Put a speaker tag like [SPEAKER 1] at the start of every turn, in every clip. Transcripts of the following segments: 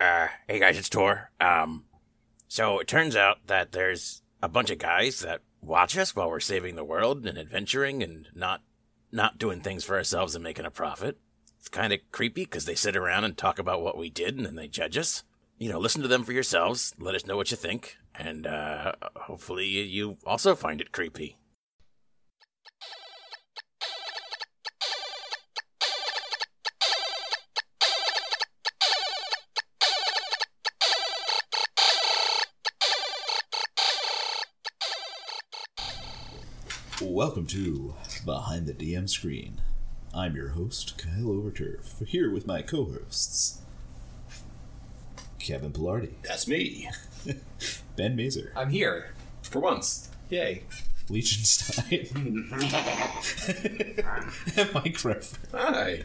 [SPEAKER 1] Uh, hey guys, it's Tor. Um, so it turns out that there's a bunch of guys that watch us while we're saving the world and adventuring and not not doing things for ourselves and making a profit. It's kind of creepy because they sit around and talk about what we did and then they judge us. You know, listen to them for yourselves. Let us know what you think, and uh, hopefully you also find it creepy.
[SPEAKER 2] Welcome to Behind the DM Screen. I'm your host, Kyle Overturf, here with my co hosts, Kevin Pilardi,
[SPEAKER 3] That's me.
[SPEAKER 2] Ben Mazer,
[SPEAKER 4] I'm here.
[SPEAKER 3] For once.
[SPEAKER 4] Yay.
[SPEAKER 2] Legionstein, and Mike Ref.
[SPEAKER 3] Hi.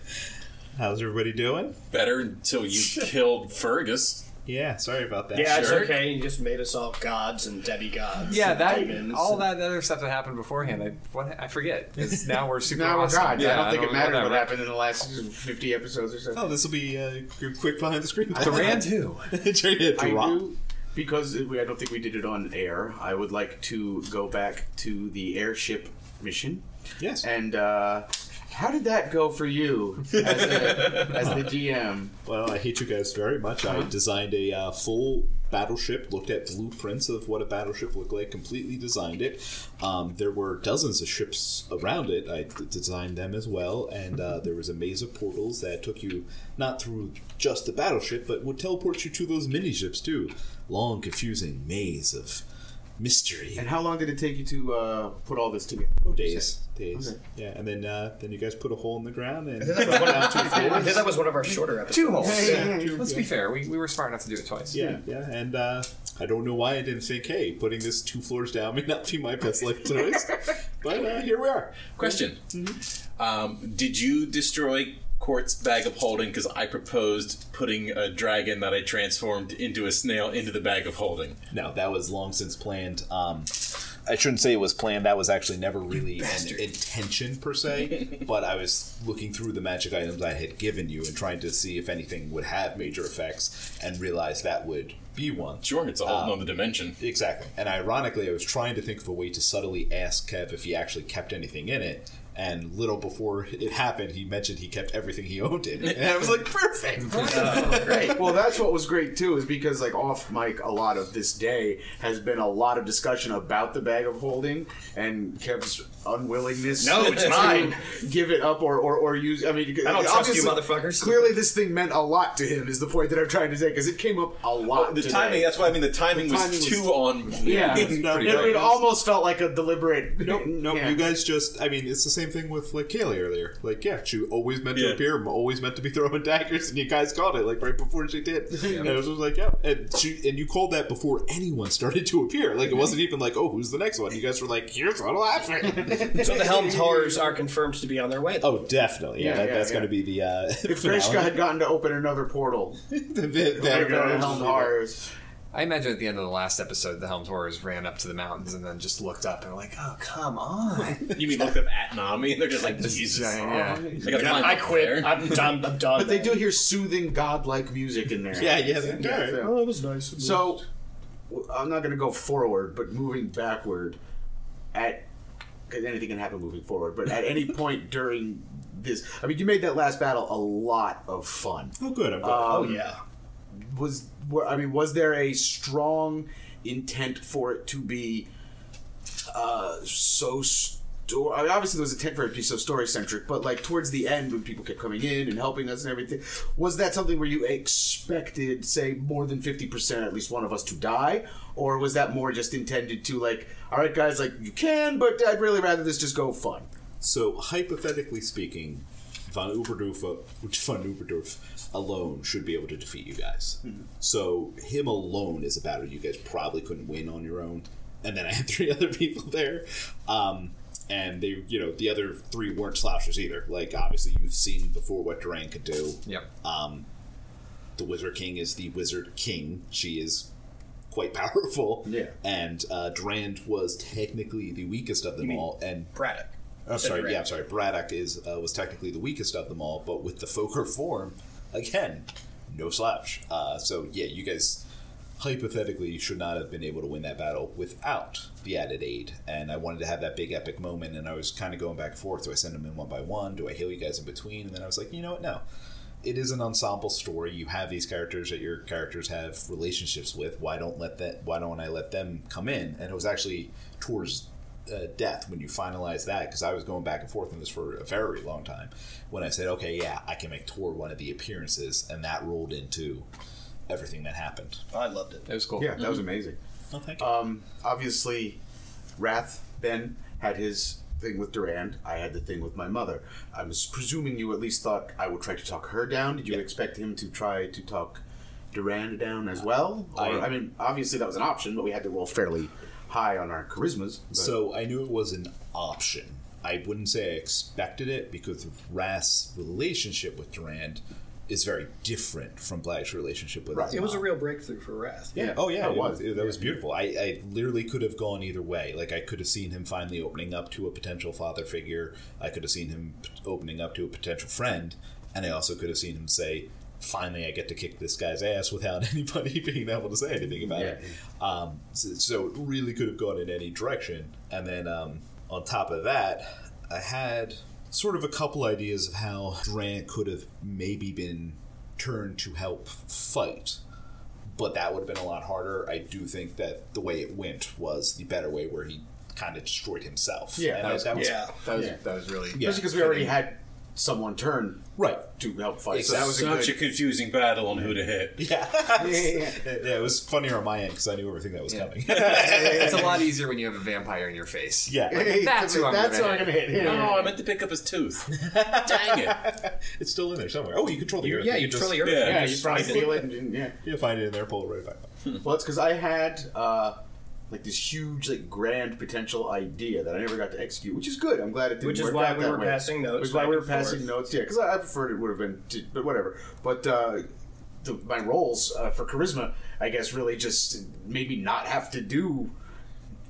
[SPEAKER 2] How's everybody doing?
[SPEAKER 3] Better until you killed Fergus.
[SPEAKER 2] Yeah, sorry about that.
[SPEAKER 5] Yeah,
[SPEAKER 3] Sure.
[SPEAKER 5] it's okay. You just made us all gods and demigods.
[SPEAKER 4] Yeah,
[SPEAKER 5] and
[SPEAKER 4] that
[SPEAKER 5] demons
[SPEAKER 4] all
[SPEAKER 5] and-
[SPEAKER 4] that other stuff that happened beforehand. I what, I forget because now we're super.
[SPEAKER 6] No, we're
[SPEAKER 4] awesome.
[SPEAKER 6] gods.
[SPEAKER 4] Yeah,
[SPEAKER 6] I don't think it
[SPEAKER 4] know,
[SPEAKER 6] matters what
[SPEAKER 4] whatever.
[SPEAKER 6] happened in the last 50 episodes or so.
[SPEAKER 2] Oh, this will be uh, quick behind the screen.
[SPEAKER 4] Duran too.
[SPEAKER 6] I do, because we, I don't think we did it on air, I would like to go back to the airship mission.
[SPEAKER 2] Yes.
[SPEAKER 6] And uh, how did that go for you as, a, as the GM?
[SPEAKER 2] Well, I hate you guys very much. I designed a uh, full battleship, looked at blueprints of what a battleship looked like, completely designed it. Um, there were dozens of ships around it. I d- designed them as well, and uh, there was a maze of portals that took you not through just the battleship, but would teleport you to those mini ships too. Long, confusing maze of mystery.
[SPEAKER 6] And how long did it take you to uh, put all this together?
[SPEAKER 2] Oh, days, days.
[SPEAKER 6] Okay.
[SPEAKER 2] Yeah, and then uh, then you guys put a hole in the ground and.
[SPEAKER 5] I think that was one of our shorter episodes.
[SPEAKER 4] Two holes.
[SPEAKER 2] Yeah, yeah,
[SPEAKER 4] Let's be
[SPEAKER 2] yeah.
[SPEAKER 4] fair. We, we were smart enough to do it twice.
[SPEAKER 2] Yeah, yeah, and uh, I don't know why I didn't think, hey, putting this two floors down may not be my best life choice, but uh, here we are.
[SPEAKER 3] Question. Um, did you destroy Quart's bag of holding? Because I proposed putting a dragon that I transformed into a snail into the bag of holding.
[SPEAKER 2] No, that was long since planned. Um, I shouldn't say it was planned. That was actually never really an intention per se. but I was looking through the magic items I had given you and trying to see if anything would have major effects, and realized that would be one.
[SPEAKER 3] Sure, it's a whole nother dimension.
[SPEAKER 2] Exactly. And ironically, I was trying to think of a way to subtly ask Kev if he actually kept anything in it. And little before it happened, he mentioned he kept everything he owned in it. And I was like, perfect.
[SPEAKER 6] Right. Well, that's what was great too, is because like off mic, a lot of this day has been a lot of discussion about the bag of holding and Kev's unwillingness.
[SPEAKER 5] No, it's
[SPEAKER 6] to
[SPEAKER 5] mine.
[SPEAKER 6] Give it up or or, or use. I mean,
[SPEAKER 5] I don't trust you,
[SPEAKER 6] obviously-
[SPEAKER 5] motherfuckers.
[SPEAKER 6] Clearly, this thing meant a lot to him. Is the point that I'm trying to say because it came up a lot.
[SPEAKER 3] The
[SPEAKER 6] today.
[SPEAKER 3] timing, that's what I mean, the timing,
[SPEAKER 6] timing
[SPEAKER 3] was
[SPEAKER 6] was-
[SPEAKER 3] too on.
[SPEAKER 6] Yeah,
[SPEAKER 3] It was
[SPEAKER 6] it,
[SPEAKER 3] pretty
[SPEAKER 6] it
[SPEAKER 3] great.
[SPEAKER 6] almost felt like a deliberate.
[SPEAKER 2] Nope, nope.
[SPEAKER 6] Yeah.
[SPEAKER 2] You guys just, I mean, it's the same thing with like Kaylee earlier. Like, yeah, she always meant to
[SPEAKER 3] Yeah.
[SPEAKER 2] appear, always meant to be throwing daggers, and you guys caught it like right before she did. And I was just like, yeah, and she, and you called that before anyone started to appear. Like, it wasn't even like, oh, who's the next one? You guys were like, here's what'll happen.
[SPEAKER 5] So the Helm Towers are confirmed to be on their way.
[SPEAKER 2] oh, definitely. Yeah,
[SPEAKER 6] Yeah,
[SPEAKER 2] that,
[SPEAKER 6] yeah,
[SPEAKER 2] that's
[SPEAKER 6] yeah.
[SPEAKER 2] going to be the uh,
[SPEAKER 6] If
[SPEAKER 2] finale.
[SPEAKER 6] Grishka had gotten to open another portal,
[SPEAKER 2] The- the-
[SPEAKER 6] that
[SPEAKER 2] that-
[SPEAKER 6] would have been Helm Horrors.
[SPEAKER 4] I imagine at the end of the last episode, the Helm's Horrors ran up to the mountains and then just looked up and were like, "Oh, come on!"
[SPEAKER 3] You mean look up at Nami and they're just like, Jesus.
[SPEAKER 4] Giant, yeah.
[SPEAKER 3] I, gotta climb
[SPEAKER 5] I
[SPEAKER 3] up
[SPEAKER 5] quit.
[SPEAKER 3] there.
[SPEAKER 5] I'm done. I'm done.
[SPEAKER 6] But they do hear soothing, godlike music in there.
[SPEAKER 2] Yeah, yeah. that- all right.
[SPEAKER 6] so-
[SPEAKER 5] Oh, that was nice.
[SPEAKER 6] So, w- I'm not going to go forward, but moving backward, at because anything can happen moving forward. But at any point during this, I mean, you made that last battle a lot of fun.
[SPEAKER 2] Oh, good. I'm glad.
[SPEAKER 5] oh
[SPEAKER 6] um,
[SPEAKER 5] yeah.
[SPEAKER 6] Was were, I mean, was there a strong intent for it to be uh, so? Sto- I mean, obviously, there was intent for it to be so story centric, but like towards the end, when people kept coming in and helping us and everything, was that something where you expected, say, more than fifty percent, at least one of us, to die, or was that more just intended to like, all right, guys, like you can, but I'd really rather this just go fun.
[SPEAKER 2] So, hypothetically speaking, Von Uberdorf, Von Uberdorf alone should be able to defeat you guys. So, him alone is a battle you guys probably couldn't win on your own. And then I had three other people there. Um, and they, you know, the other three weren't slouchers either. Like, obviously, you've seen before what Duran could do.
[SPEAKER 4] Yep.
[SPEAKER 2] the Wizard King is the Wizard King. She is quite powerful.
[SPEAKER 6] Yeah.
[SPEAKER 2] And uh, Durand was technically the weakest of them all. And
[SPEAKER 5] Braddock.
[SPEAKER 2] I'm sorry,
[SPEAKER 5] Durand.
[SPEAKER 2] yeah, I'm sorry. Braddock is uh, was technically the weakest of them all, but with the Foker form, again, no slouch. Uh, so yeah, you guys hypothetically should not have been able to win that battle without the added aid. And I wanted to have that big epic moment, and I was kind of going back and forth. Do I send them in one by one? Do I heal you guys in between? And then I was like, you know what? No. It is an ensemble story. You have these characters that your characters have relationships with. Why don't let that? Why don't I let them come in? And it was actually towards uh, death when you finalize that because I was going back and forth on this for a very long time. When I said, okay, yeah, I can make Tor one of the appearances, and that rolled into everything that happened.
[SPEAKER 5] I loved it.
[SPEAKER 4] It was cool.
[SPEAKER 6] Yeah, that was amazing.
[SPEAKER 2] Oh, thank
[SPEAKER 6] Um, obviously, Wrath Ben had his thing with Durand. I had the thing with my mother. I was presuming you at least thought I would try to talk her down. Did you expect him to try to talk Durand down as well? Or, I,
[SPEAKER 2] I-
[SPEAKER 6] mean, obviously that was an option, but we had to roll fairly high on our charismas. but-
[SPEAKER 2] So I knew it was an option. I wouldn't say I expected it because Rath's relationship with Durand is very different from Black's relationship with
[SPEAKER 6] Right.
[SPEAKER 2] his
[SPEAKER 5] It was a
[SPEAKER 2] mom.
[SPEAKER 5] real breakthrough for Wrath.
[SPEAKER 2] Yeah. Oh yeah,
[SPEAKER 6] Oh,
[SPEAKER 2] it
[SPEAKER 6] wow.
[SPEAKER 2] was. It- that was beautiful. I, I literally could have gone either way. Like I could have seen him finally opening up to a potential father figure. I could have seen him p- opening up to a potential friend, and I also could have seen him say, "Finally, I get to kick this guy's ass without anybody being able to say anything about it." Um, so, so it really could have gone in any direction. And then um, on top of that, I had sort of a couple ideas of how Durant could have maybe been turned to help fight but that would have been a lot harder. I do think that the way it went was the better way, where he kind of destroyed himself.
[SPEAKER 6] Yeah,
[SPEAKER 2] And
[SPEAKER 6] that
[SPEAKER 2] that,
[SPEAKER 6] was-
[SPEAKER 2] that was
[SPEAKER 5] Yeah.
[SPEAKER 4] That was
[SPEAKER 6] Yeah.
[SPEAKER 4] that was really
[SPEAKER 2] Yeah.
[SPEAKER 6] Especially because we already had someone turn
[SPEAKER 2] right.
[SPEAKER 6] to help fight. So
[SPEAKER 2] Exactly.
[SPEAKER 6] that was a
[SPEAKER 3] Such
[SPEAKER 6] good.
[SPEAKER 3] a confusing battle on who to hit.
[SPEAKER 2] Yeah.
[SPEAKER 6] yeah,
[SPEAKER 2] yeah, it was funnier on my end because I knew everything that was coming.
[SPEAKER 4] it's a lot easier when you have a vampire in your face.
[SPEAKER 2] yeah,
[SPEAKER 6] Hey,
[SPEAKER 4] That's who I'm
[SPEAKER 6] that's
[SPEAKER 4] gonna
[SPEAKER 6] who I'm gonna hit. Yeah.
[SPEAKER 3] Oh, I meant to pick up his tooth. Dang it.
[SPEAKER 2] it's still in there somewhere. Oh, you control the earth.
[SPEAKER 5] Yeah, you
[SPEAKER 2] can just-
[SPEAKER 5] truly are.
[SPEAKER 3] Yeah.
[SPEAKER 6] Yeah, you
[SPEAKER 3] just
[SPEAKER 6] probably
[SPEAKER 3] find it.
[SPEAKER 6] steal it and didn't- yeah.
[SPEAKER 2] You find it in there, pull it right back. up.
[SPEAKER 6] Well, it's because I had uh, like this huge, like grand potential idea that I never got to execute, which is good. I'm glad it didn't.
[SPEAKER 5] Which is
[SPEAKER 6] work
[SPEAKER 5] why
[SPEAKER 6] out
[SPEAKER 5] we
[SPEAKER 6] that
[SPEAKER 5] were
[SPEAKER 6] way.
[SPEAKER 5] passing notes
[SPEAKER 6] Which is why
[SPEAKER 5] back
[SPEAKER 6] we were
[SPEAKER 5] and forth.
[SPEAKER 6] passing notes. Yeah, because I, I preferred it would have been, to, but whatever. But uh, the, my roles uh, for charisma, I guess, really just made me not have to do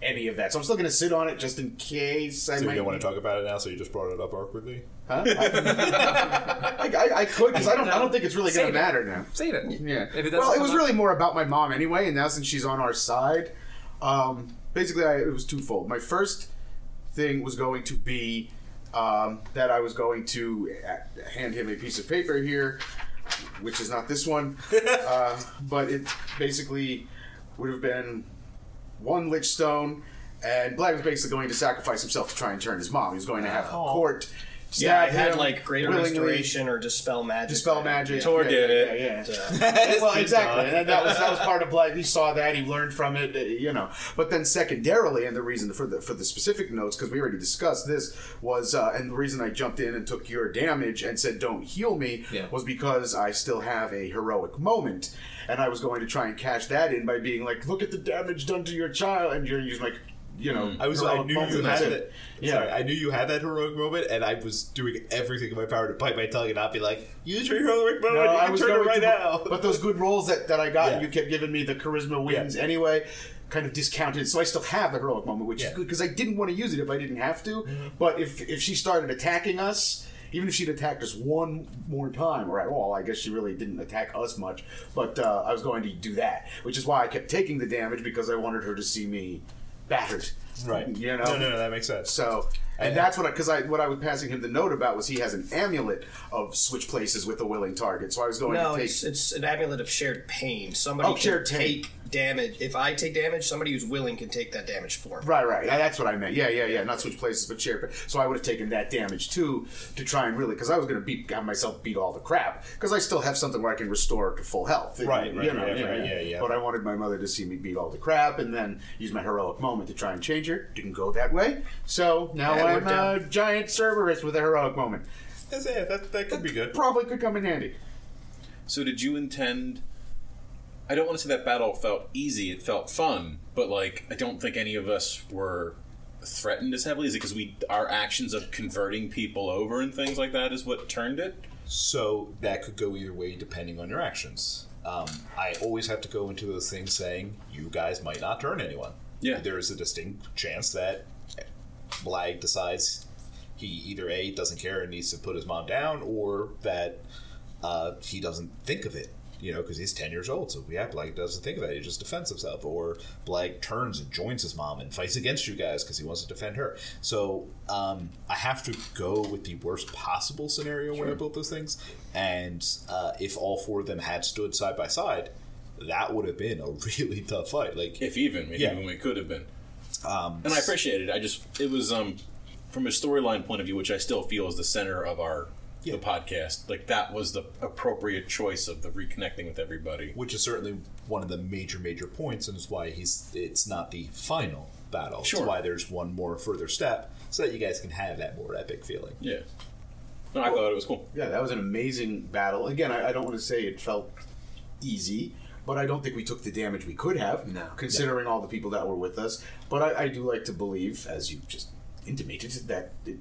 [SPEAKER 6] any of that. So I'm still going to sit on it just in case I
[SPEAKER 2] So you
[SPEAKER 6] might.
[SPEAKER 2] don't want to talk about it now, so you just brought it up awkwardly.
[SPEAKER 6] Huh? I, I, I could because I don't. I don't think it's really going to
[SPEAKER 4] Save it.
[SPEAKER 6] matter now.
[SPEAKER 4] Save it.
[SPEAKER 6] Yeah.
[SPEAKER 4] If it doesn't
[SPEAKER 6] well, it
[SPEAKER 4] come
[SPEAKER 6] was
[SPEAKER 4] up-
[SPEAKER 6] really more about my mom anyway, and now since she's on our side, um, basically I, it was twofold. My first thing was going to be um, that I was going to uh, hand him a piece of paper here, which is not this one, uh, but it basically would have been one lich stone, and Black was basically going to sacrifice himself to try and turn his mom. He was going to have court.
[SPEAKER 5] Yeah, I
[SPEAKER 6] stab
[SPEAKER 5] had
[SPEAKER 6] him
[SPEAKER 5] like greater
[SPEAKER 6] willingly,
[SPEAKER 5] restoration or dispel magic.
[SPEAKER 6] Dispel magic.
[SPEAKER 3] Tor
[SPEAKER 6] yeah,
[SPEAKER 3] did it.
[SPEAKER 6] Yeah, yeah, yeah.
[SPEAKER 5] Uh,
[SPEAKER 6] well, exactly. And that was that was part of like he saw that he learned from it, uh, you know. But then secondarily, and the reason for the for the specific notes because we already discussed this was, uh, and the reason I jumped in and took your damage and said don't heal me
[SPEAKER 4] Yeah.
[SPEAKER 6] was because I still have a heroic moment, and I was going to try and cash that in by being like, look at the damage done to your child, and you're using like. You know,
[SPEAKER 2] Mm. I was. I
[SPEAKER 6] heroic
[SPEAKER 2] knew you
[SPEAKER 6] moment.
[SPEAKER 2] had
[SPEAKER 6] That's
[SPEAKER 2] it. Sorry, I knew you had that heroic moment, and I was doing everything in my power to bite my tongue and not be like, "Use your heroic moment.
[SPEAKER 6] No,
[SPEAKER 2] you
[SPEAKER 6] I
[SPEAKER 2] can
[SPEAKER 6] was
[SPEAKER 2] turn
[SPEAKER 6] going
[SPEAKER 2] it right
[SPEAKER 6] to,
[SPEAKER 2] now."
[SPEAKER 6] But those good rolls that, that I got,
[SPEAKER 2] Yeah.
[SPEAKER 6] you kept giving me the charisma wins anyway, kind of discounted. So I still have the heroic moment, which
[SPEAKER 2] Yeah. Mm-hmm.
[SPEAKER 6] is good because I didn't want to use it if I didn't have to. But if if she started attacking us, even if she'd attacked us one more time or at all, I guess she really didn't attack us much. But uh, I was going to do that, which is why I kept taking the damage because I wanted her to see me battered.
[SPEAKER 2] right.
[SPEAKER 6] You know.
[SPEAKER 2] No, no, no. That makes sense.
[SPEAKER 6] So, and that's what I because I what I was passing him the note about was he has an amulet of switch places with a willing target. So I was going
[SPEAKER 5] no,
[SPEAKER 6] to take
[SPEAKER 5] it's, it's an amulet of shared pain. Somebody
[SPEAKER 6] Oh,
[SPEAKER 5] can
[SPEAKER 6] shared pain.
[SPEAKER 5] take damage. If I take damage, somebody who's willing can take that damage for me.
[SPEAKER 6] right, right. Yeah, That's what I meant. Yeah, yeah, yeah. Not switch places, but share. So I would have taken that damage too to try and really because I was going to beat have myself beat all the crap because I still have something where I can restore to full health.
[SPEAKER 2] Right,
[SPEAKER 6] You
[SPEAKER 2] right,
[SPEAKER 6] know,
[SPEAKER 2] right, right, yeah, yeah.
[SPEAKER 6] But I wanted my mother to see me beat all the crap and then use my heroic moment to try and change her. Didn't go that way. So
[SPEAKER 5] Yeah,
[SPEAKER 6] now
[SPEAKER 5] it
[SPEAKER 6] I'm
[SPEAKER 5] worked
[SPEAKER 6] a
[SPEAKER 5] out.
[SPEAKER 6] giant Cerberus with a heroic moment.
[SPEAKER 2] That's it. That, that could be good.
[SPEAKER 6] Probably could come in handy.
[SPEAKER 3] So did you intend? I don't want to say that battle felt easy. It felt fun, but like I don't think any of us were threatened as heavily. Is it because we our actions of converting people over and things like that is what turned it?
[SPEAKER 2] So that could go either way depending on your actions. Um, I always have to go into those things saying you guys might not turn anyone.
[SPEAKER 3] Yeah.
[SPEAKER 2] There is a distinct chance that Blag decides he either a doesn't care and needs to put his mom down, or that uh, he doesn't think of it you know, because he's 10 years old. So, yeah, Black doesn't think of that. He just defends himself. Or Black turns and joins his mom and fights against you guys because he wants to defend her. So, um, I have to go with the worst possible scenario when I built those things. And uh, if all four of them had stood side by side, that would have been a really tough fight. Like,
[SPEAKER 3] if even maybe
[SPEAKER 2] Yeah.
[SPEAKER 3] even we could have been. Um, and I appreciate it. I just it was um, from a storyline point of view, which I still feel is the center of our
[SPEAKER 2] Yeah.
[SPEAKER 3] the podcast. Like that was the appropriate choice of the reconnecting with everybody.
[SPEAKER 2] which is certainly one of the major major points and is why he's it's not the final battle
[SPEAKER 3] Sure.
[SPEAKER 2] it's why there's one more further step so that you guys can have that more epic feeling
[SPEAKER 3] Yeah. No, I thought it was cool.
[SPEAKER 6] Yeah, that was an amazing battle. Again, I, I don't want to say it felt easy, but I don't think we took the damage we could have,
[SPEAKER 4] No.
[SPEAKER 6] considering all the people that were with us. But I, I do like to believe, as you just intimated, that it,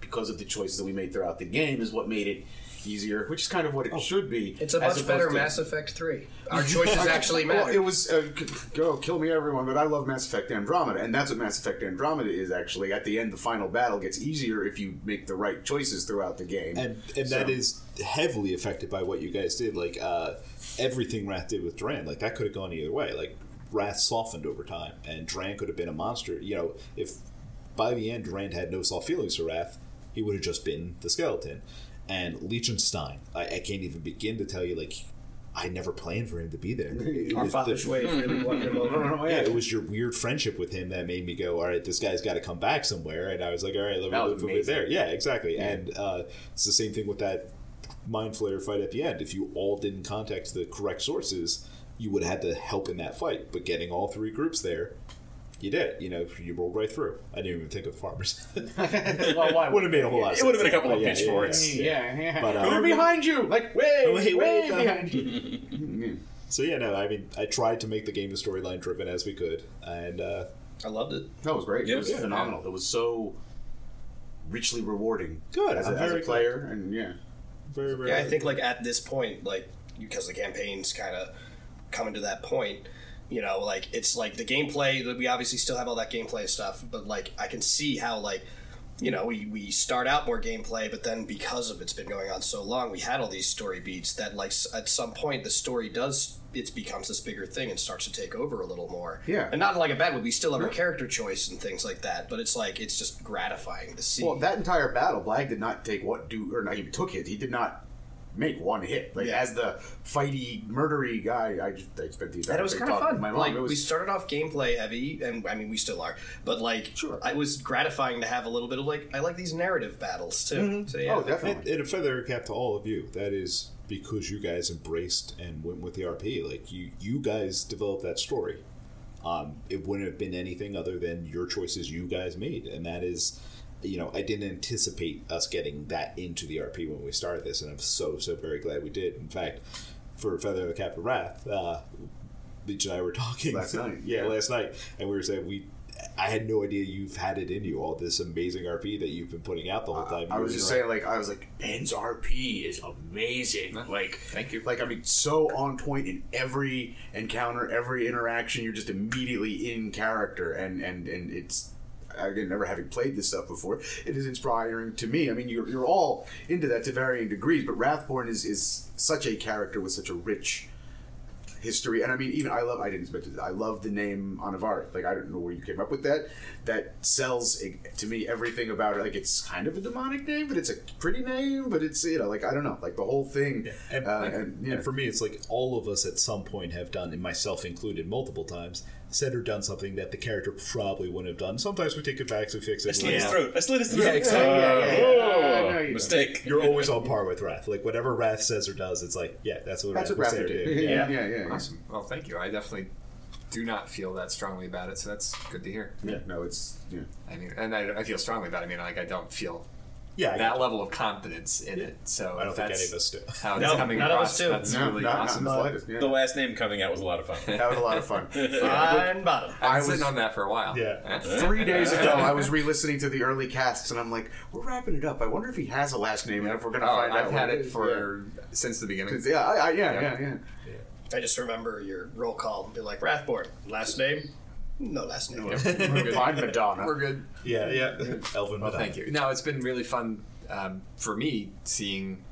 [SPEAKER 6] because of the choices that we made throughout the game is what made it easier, which is kind of what it should be.
[SPEAKER 5] Oh, It's a
[SPEAKER 6] as
[SPEAKER 5] much better
[SPEAKER 6] opposed to-
[SPEAKER 5] Mass Effect 3. Our choices actually matter.
[SPEAKER 6] Well, it was uh, c- go kill me everyone, but I love Mass Effect Andromeda, and that's what Mass Effect Andromeda is actually. At the end, the final battle gets easier if you make the right choices throughout the game.
[SPEAKER 2] and and that
[SPEAKER 6] So-
[SPEAKER 2] is heavily affected by what you guys did like uh everything wrath did with duran like that could have gone either way like wrath softened over time and duran could have been a monster you know if by the end duran had no soft feelings for wrath he would have just been the skeleton and Liechtenstein, I, I can't even begin to tell you like I never planned for him to be there. It-
[SPEAKER 5] Our
[SPEAKER 2] it-
[SPEAKER 5] father's
[SPEAKER 2] the-
[SPEAKER 5] way of really won him over.
[SPEAKER 2] Yeah, it was your weird friendship with him that made me go, all right, this guy's got to come back somewhere. And I was like, all right, let me
[SPEAKER 6] That was
[SPEAKER 2] move over
[SPEAKER 6] amazing.
[SPEAKER 2] there. Yeah, exactly. And uh, it's the same thing with that mind flayer fight at the end. If you all didn't contact the correct sources, you would have had to help in that fight. But getting all three groups there, you did. You know, you rolled right through. I didn't even think of farmers.
[SPEAKER 6] Well, why
[SPEAKER 2] would have made a whole lot.
[SPEAKER 3] It would have been a couple of
[SPEAKER 2] Yeah, yeah,
[SPEAKER 3] pitchforks.
[SPEAKER 2] yeah,
[SPEAKER 6] Yeah, yeah.
[SPEAKER 2] But, uh,
[SPEAKER 6] Who are behind you? Like um, way,
[SPEAKER 2] Way,
[SPEAKER 6] way,
[SPEAKER 2] way down.
[SPEAKER 6] behind you.
[SPEAKER 2] So yeah, no, I mean, I tried to make the game as storyline driven as we could, and uh,
[SPEAKER 5] I loved it.
[SPEAKER 6] That was great.
[SPEAKER 3] Yeah,
[SPEAKER 6] it was
[SPEAKER 3] yeah.
[SPEAKER 6] phenomenal. It was so richly rewarding.
[SPEAKER 2] Good,
[SPEAKER 6] as
[SPEAKER 2] I'm
[SPEAKER 6] a, as
[SPEAKER 2] very
[SPEAKER 6] a
[SPEAKER 2] glad.
[SPEAKER 6] player, and yeah,
[SPEAKER 2] very, very.
[SPEAKER 5] Yeah, I think like at this point, like because the campaign's kind of coming to that point, you know, like it's like the gameplay. that We obviously still have all that gameplay stuff, but like I can see how like you know we we start out more gameplay, but then because of it's been going on so long, we had all these story beats that like s- at some point the story does it becomes this bigger thing and starts to take over a little more.
[SPEAKER 6] Yeah.
[SPEAKER 5] and not in, like a bad way. We still have our character choice and things like that, but it's like it's just gratifying to see.
[SPEAKER 6] Well, that entire battle, Blag did not take what do or not even took hit. He did not make one hit. Like
[SPEAKER 5] Yeah.
[SPEAKER 6] as the fighty, murdery guy, I just I spent the entire
[SPEAKER 5] And it was
[SPEAKER 6] day
[SPEAKER 5] kind of
[SPEAKER 6] talking
[SPEAKER 5] fun.
[SPEAKER 6] to My mom.
[SPEAKER 5] like
[SPEAKER 6] it was
[SPEAKER 5] we started off gameplay heavy, and I mean we still are, but like
[SPEAKER 6] Sure.
[SPEAKER 5] it was gratifying to have a little bit of like I like these narrative battles too. So yeah,
[SPEAKER 6] oh definitely.
[SPEAKER 2] And, and a feather cap to all of you. That is because you guys embraced and went with the RP. Like you, you guys developed that story. Um, it wouldn't have been anything other than your choices you guys made, and that is, you know, I didn't anticipate us getting that into the RP when we started this, and I'm so so very glad we did. In fact, for feather the cap of wrath, uh, Leach and I were talking
[SPEAKER 6] Last night.
[SPEAKER 2] yeah, last night, and we were saying we. I had no idea you've had it in you all this amazing RP that you've been putting out the whole time.
[SPEAKER 6] I
[SPEAKER 2] You
[SPEAKER 6] was
[SPEAKER 2] were
[SPEAKER 6] just
[SPEAKER 2] like-
[SPEAKER 6] saying, like, I was like, Ben's RP is amazing. Like,
[SPEAKER 4] Thank you.
[SPEAKER 6] Like, I mean, so on point in every encounter, every interaction. You're just immediately in character, and and and it's again, never having played this stuff before, it is inspiring to me. I mean, you're you're all into that to varying degrees, but Wrathborn is is such a character with such a rich history and i mean even i love i didn't expect it i love the name anavar like i don't know where you came up with that that sells eh, to me everything about it like it's kind of a demonic name but it's a pretty name but it's you know like i don't know like the whole thing
[SPEAKER 2] And,
[SPEAKER 6] uh,
[SPEAKER 2] and-
[SPEAKER 6] and, yeah.
[SPEAKER 2] and for me, it's like all of us at some point have done, and myself included, multiple times, said or done something that the character probably wouldn't have done. Sometimes we take it back, we fix
[SPEAKER 3] I
[SPEAKER 2] it.
[SPEAKER 3] slit
[SPEAKER 2] we're
[SPEAKER 3] his
[SPEAKER 2] like,
[SPEAKER 3] throat. I slit his throat.
[SPEAKER 5] exactly. Yeah, yeah, yeah.
[SPEAKER 3] Oh,
[SPEAKER 6] Uh, no, you don't.
[SPEAKER 3] mistake.
[SPEAKER 2] You're always on par with Wrath. Like whatever Wrath says or does, it's like, yeah, that's what
[SPEAKER 6] that's what
[SPEAKER 2] Wrath
[SPEAKER 6] Rather
[SPEAKER 2] would say or
[SPEAKER 6] did
[SPEAKER 2] do. Yeah.
[SPEAKER 6] yeah yeah yeah, yeah.
[SPEAKER 4] Awesome. Well, thank you. I definitely do not feel that strongly about it, so that's good to hear.
[SPEAKER 6] Yeah, no it's yeah
[SPEAKER 4] I mean, and I, I feel strongly about it. I mean, like I don't feel
[SPEAKER 2] yeah, I,
[SPEAKER 4] that level of confidence in it. So
[SPEAKER 2] I don't
[SPEAKER 4] if
[SPEAKER 2] think
[SPEAKER 4] that's
[SPEAKER 2] any of us do.
[SPEAKER 4] How it's
[SPEAKER 5] No,
[SPEAKER 4] coming
[SPEAKER 5] none of us do.
[SPEAKER 4] across. That's
[SPEAKER 6] no,
[SPEAKER 4] really
[SPEAKER 6] not,
[SPEAKER 4] awesome.
[SPEAKER 6] not in the slightest yeah.
[SPEAKER 3] The last name coming out was a lot of fun.
[SPEAKER 6] that was a lot of fun
[SPEAKER 5] fine bottom.
[SPEAKER 4] I
[SPEAKER 6] I
[SPEAKER 4] was
[SPEAKER 6] was-
[SPEAKER 4] sitting on that for a while.
[SPEAKER 2] Yeah.
[SPEAKER 6] Three days ago, I was re-listening to the early casts, and I'm like, "We're wrapping it up. I wonder if he has a last name, and if we're gonna
[SPEAKER 4] Oh,
[SPEAKER 6] find out."
[SPEAKER 4] I've
[SPEAKER 6] what
[SPEAKER 4] had it
[SPEAKER 6] is."
[SPEAKER 4] for since the
[SPEAKER 6] Yeah,
[SPEAKER 4] beginning.
[SPEAKER 6] 'Cause, yeah, I, I, yeah,
[SPEAKER 4] Yeah.
[SPEAKER 6] yeah, yeah.
[SPEAKER 5] I just remember your roll call and be like Wrathborn, last name, no last name.
[SPEAKER 4] We're good.
[SPEAKER 6] Find Madonna.
[SPEAKER 4] We're good.
[SPEAKER 2] Yeah, yeah. Elvin
[SPEAKER 4] Well, thank you. No, it's been really fun um, for me seeing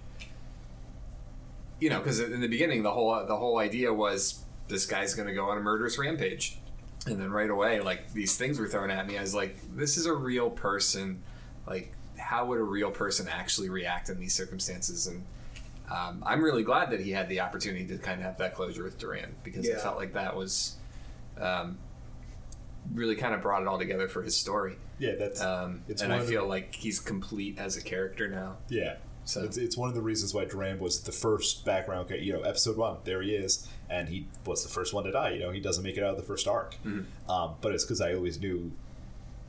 [SPEAKER 4] you know, because in the beginning, the whole the whole idea was this guy's going to go on a murderous rampage, and then right away, like these things were thrown at me. I was like, this is a real person. Like, how would a real person actually react in these circumstances? And um, I'm really glad that he had the opportunity to kind of have that closure with Duran because I
[SPEAKER 5] Yeah.
[SPEAKER 4] felt like that was um, really kind of brought it all together for his story.
[SPEAKER 2] Yeah, that's
[SPEAKER 4] Um,
[SPEAKER 2] it's
[SPEAKER 4] and
[SPEAKER 2] one
[SPEAKER 4] I
[SPEAKER 2] of-
[SPEAKER 4] feel like he's complete as a character now.
[SPEAKER 2] yeah.
[SPEAKER 4] So-
[SPEAKER 2] It's, it's one of the reasons why Duran was the first background, ca- you know, episode one. There he is, and he was the first one to die. You know, he doesn't make it out of the first arc, um, but it's because I always knew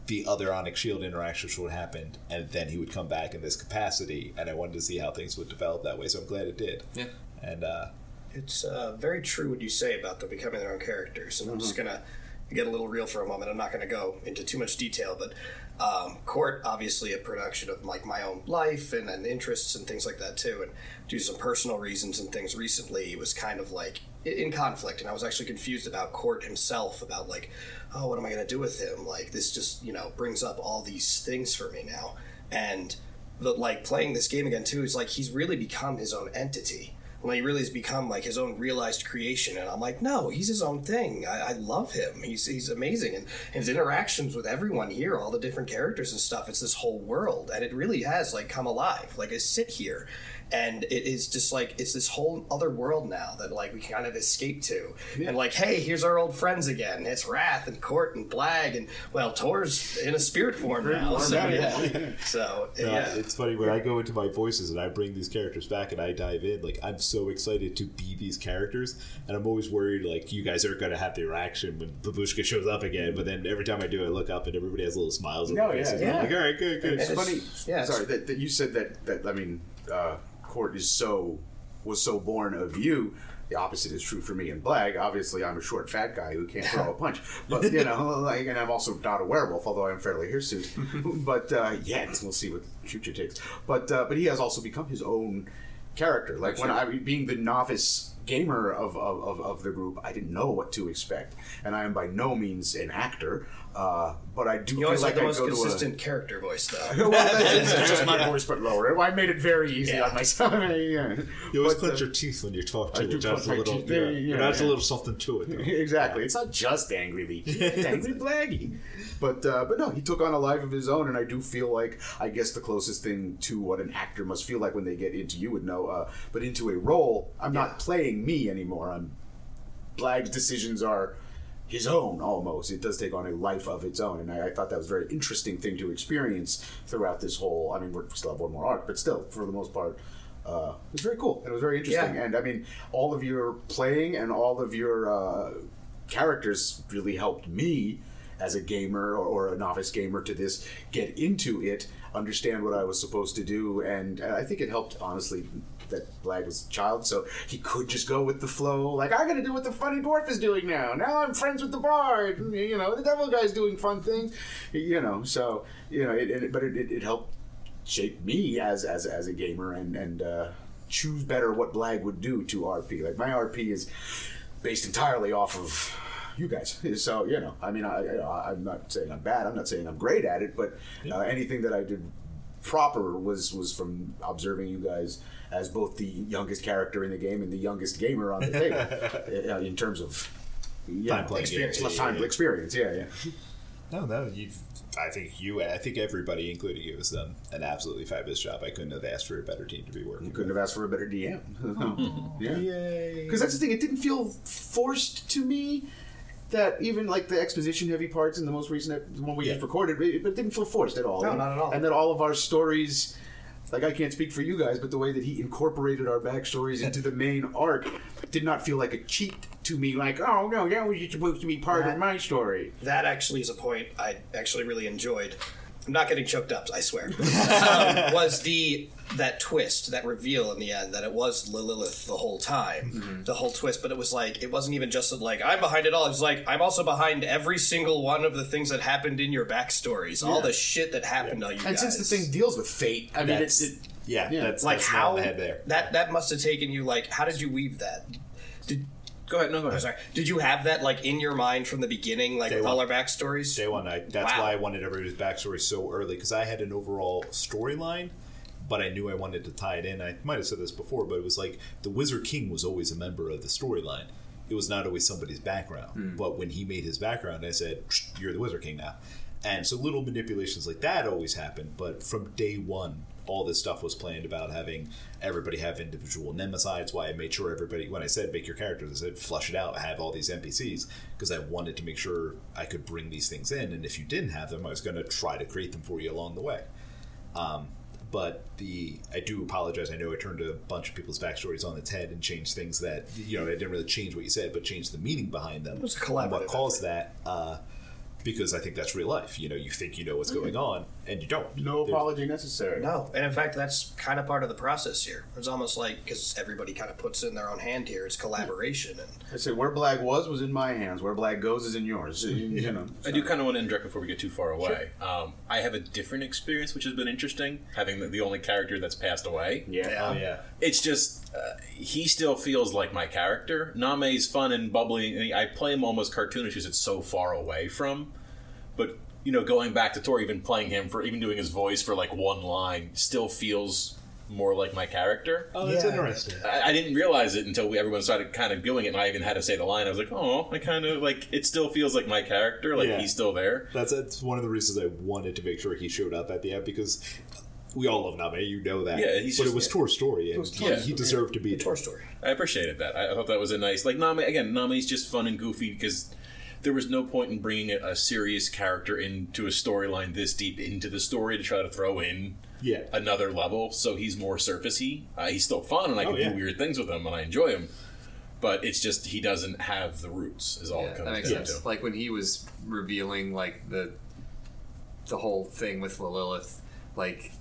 [SPEAKER 2] the other Onyx Shield interactions would happen, and then he would come back in this capacity, and I wanted to see how things would develop that way. So I'm glad it did.
[SPEAKER 4] Yeah.
[SPEAKER 2] And uh,
[SPEAKER 5] It's uh, very true what you say about them becoming their own characters, and I'm just gonna get a little real for a moment. I'm not gonna go into too much detail, but um, Court obviously a production of like my own life and, and interests and things like that too, and due to some personal reasons and things recently, it was kind of like i- in conflict, and I was actually confused about Court himself about like, oh, what am I gonna do with him? Like this just you know brings up all these things for me now, and but like playing this game again too is like he's really become his own entity and he really has become like his own realized creation and i'm like no he's his own thing i, I love him he's, he's amazing and, and his interactions with everyone here all the different characters and stuff it's this whole world and it really has like come alive like i sit here and it is just like it's this whole other world now that like we kind of escape to and like hey here's our old friends again it's wrath and court and blag and well tor's in a spirit form now so yeah so
[SPEAKER 2] No,
[SPEAKER 5] yeah
[SPEAKER 2] It's funny when I go into my voices and I bring these characters back and I dive in. Like I'm so excited to be these characters, and I'm always worried like you guys aren't going to have the reaction when Babushka shows up again. But then every time I do, I look up and everybody has little smiles on
[SPEAKER 6] No,
[SPEAKER 2] their faces.
[SPEAKER 6] yeah,
[SPEAKER 2] I'm
[SPEAKER 5] yeah.
[SPEAKER 2] like, all right, good, good.
[SPEAKER 6] It's
[SPEAKER 5] it's-
[SPEAKER 6] funny.
[SPEAKER 5] yeah, it's-
[SPEAKER 6] sorry that, that you said that. That I mean, uh, Court is so was so born of you. The opposite is true for me and Blag. Obviously, I'm a short, fat guy who can't throw a punch. But you know, like, and I'm also not a werewolf, although I'm fairly hirsute. but uh, yeah, we'll see what the future takes. But uh, but he has also become his own character. Like when I being the novice gamer of, of, of, of the group, I didn't know what to expect, and I am by no means an actor. Uh, but I do
[SPEAKER 5] You
[SPEAKER 6] feel
[SPEAKER 5] always
[SPEAKER 6] like
[SPEAKER 5] like the
[SPEAKER 6] I
[SPEAKER 5] most
[SPEAKER 6] go to a-
[SPEAKER 5] consistent character voice, though.
[SPEAKER 6] well, that's it's just my voice, but lower. I made it very easy
[SPEAKER 5] Yeah.
[SPEAKER 6] on myself. yeah.
[SPEAKER 2] You always
[SPEAKER 6] But,
[SPEAKER 2] clench
[SPEAKER 6] uh,
[SPEAKER 2] your teeth when you talk to
[SPEAKER 6] I
[SPEAKER 2] it,
[SPEAKER 6] do
[SPEAKER 2] which adds a
[SPEAKER 6] clench
[SPEAKER 2] little,
[SPEAKER 6] my teeth.
[SPEAKER 2] yeah,
[SPEAKER 6] There, yeah,
[SPEAKER 2] it adds a
[SPEAKER 6] yeah.
[SPEAKER 2] little something to it. though.
[SPEAKER 6] Exactly. It's not just Angry Lee. It's Angry Blaggy. But uh, but no, he took on a life of his own, and I do feel like I guess the closest thing to what an actor must feel like when they get into you would know, uh, but into a role. I'm not playing me anymore. I'm Blag's decisions are his own almost. It does take on a life of its own, and I, I thought that was a very interesting thing to experience throughout this whole. I mean, we're, we still have one more arc, but still, for the most part, uh, it was very cool and it was very interesting.
[SPEAKER 5] Yeah.
[SPEAKER 6] And I mean, all of your playing and all of your uh, characters really helped me as a gamer or, or a novice gamer to this get into it, understand what I was supposed to do, and uh, I think it helped honestly that Blag was a child, so he could just go with the flow. Like, I gotta do what the funny dwarf is doing now. Now I'm friends with the bard. You know, the devil guy's doing fun things. You know, so, you know, it, it, but it, it, it helped shape me as, as, as a gamer and, and uh, choose better what Blag would do to RP. Like, my RP is based entirely off of you guys. So, you know, I mean, I, I, I'm not saying I'm bad, I'm not saying I'm great at it, but uh, anything that I did proper was was from observing you guys as both the youngest character in the game and the youngest gamer on the table uh, in terms of yeah,
[SPEAKER 2] Time playing
[SPEAKER 6] experience,
[SPEAKER 2] games.
[SPEAKER 6] time experience. Yeah, yeah.
[SPEAKER 2] No, no, you. I think you. I think everybody, including you, has done an absolutely fabulous job. I couldn't have asked for a better team to be working.
[SPEAKER 6] Couldn't have asked for a better DM. yeah.
[SPEAKER 2] Yay!
[SPEAKER 6] Because that's the thing, it didn't feel forced to me. That even like the exposition heavy parts in the most recent ep- the one we
[SPEAKER 2] Yeah.
[SPEAKER 6] just recorded, it, it didn't feel forced at all.
[SPEAKER 5] No, not at all.
[SPEAKER 6] And that all of our stories, like I can't speak for you guys, but the way that he incorporated our backstories into the main arc did not feel like a cheat to me. Like, oh no, that was supposed to be part of my story.
[SPEAKER 5] that actually is a point I actually really enjoyed. I'm not getting choked up, I swear. um, was the that twist, that reveal in the end that it was Lilith the whole time,
[SPEAKER 6] Mm-hmm.
[SPEAKER 5] the whole twist. But it was like it wasn't even just like I'm behind it all. It was like I'm also behind every single one of the things that happened in your backstories, all the shit that happened to you
[SPEAKER 6] And
[SPEAKER 5] guys.
[SPEAKER 6] since the thing deals with fate, I mean, it's
[SPEAKER 2] That's-
[SPEAKER 6] it,
[SPEAKER 2] yeah,
[SPEAKER 6] yeah.
[SPEAKER 2] that's
[SPEAKER 5] like
[SPEAKER 2] that's
[SPEAKER 5] how
[SPEAKER 2] not bad there.
[SPEAKER 5] that that must have taken you like how did you weave that? Did
[SPEAKER 3] Go ahead. No, go ahead.
[SPEAKER 5] sorry, did you have that like in your mind from the beginning, like
[SPEAKER 2] Day
[SPEAKER 5] with all our
[SPEAKER 2] one.
[SPEAKER 5] backstories?
[SPEAKER 2] day one. I, that's
[SPEAKER 5] Wow.
[SPEAKER 2] why I wanted everybody's backstory so early because I had an overall storyline but I knew I wanted to tie it in. I might have said this before, but it was like the Wizard King was always a member of the storyline. It was not always somebody's background, but when he made his background, I said, "Psh, "You're the Wizard King now." And so little manipulations like that always happen, but from day one, all this stuff was planned about having everybody have individual nemesides. Why I made sure everybody, when I said make your characters, I said flush it out, have all these NPCs, because I wanted to make sure I could bring these things in. And if you didn't have them, I was going to try to create them for you along the way but the I do apologize. I know I turned a bunch of people's backstories on its head and changed things that you know I didn't really change what you said, but changed the meaning behind them. It
[SPEAKER 5] was a collaborative
[SPEAKER 2] What caused that? Uh, because I think that's real life. You know, you think you know what's going
[SPEAKER 5] Mm-hmm.
[SPEAKER 2] on, and you don't.
[SPEAKER 6] No
[SPEAKER 2] There's-
[SPEAKER 6] apology necessary.
[SPEAKER 5] No, and in fact, that's kind of part of the process here. It's almost like because everybody kind of puts in their own hand here. It's collaboration, and
[SPEAKER 6] I say where black was was in my hands. Where black goes is in yours. You, you know.
[SPEAKER 3] I do kind of want to interject before we get too far away. Um, I have a different experience, which has been interesting, having the, the only character that's passed away.
[SPEAKER 6] Yeah.
[SPEAKER 2] Oh, yeah.
[SPEAKER 3] It's just, uh, he still feels like my character. Name's fun and bubbly, and I play him almost cartoonish because it's so far away from. But, you know, going back to Tor, even playing him, for even doing his voice for like one line, still feels more like my character.
[SPEAKER 2] Oh, that's
[SPEAKER 5] Yeah.
[SPEAKER 2] interesting.
[SPEAKER 3] I, I didn't realize it until we, everyone started kind of doing it, and I even had to say the line. I was like, oh, I kind of like it. Still feels like my character, like
[SPEAKER 2] Yeah.
[SPEAKER 3] he's still there.
[SPEAKER 2] That's that's one of the reasons I wanted to make sure he showed up at the end because we all love Name. You know that.
[SPEAKER 3] Yeah, he's
[SPEAKER 2] but
[SPEAKER 3] just-
[SPEAKER 2] it was Tor's story, and
[SPEAKER 3] Tor's
[SPEAKER 2] he, he deserved to be
[SPEAKER 5] Toy Story.
[SPEAKER 3] I appreciated that. I I thought that was a nice like Nami again. Nami's just fun and goofy because there was no point in bringing a, a serious character into a storyline this deep into the story to try to throw in
[SPEAKER 2] Yeah.
[SPEAKER 3] another level. So he's more surfacey. Uh, he's still fun, and I
[SPEAKER 2] Oh,
[SPEAKER 3] can
[SPEAKER 2] yeah.
[SPEAKER 3] do weird things with him, and I enjoy him. But it's just he doesn't have the roots. Is all
[SPEAKER 4] Yeah,
[SPEAKER 3] it
[SPEAKER 4] that
[SPEAKER 3] comes
[SPEAKER 4] makes
[SPEAKER 3] down
[SPEAKER 4] sense.
[SPEAKER 3] to.
[SPEAKER 4] Like when he was revealing like the the whole thing with Lilith, like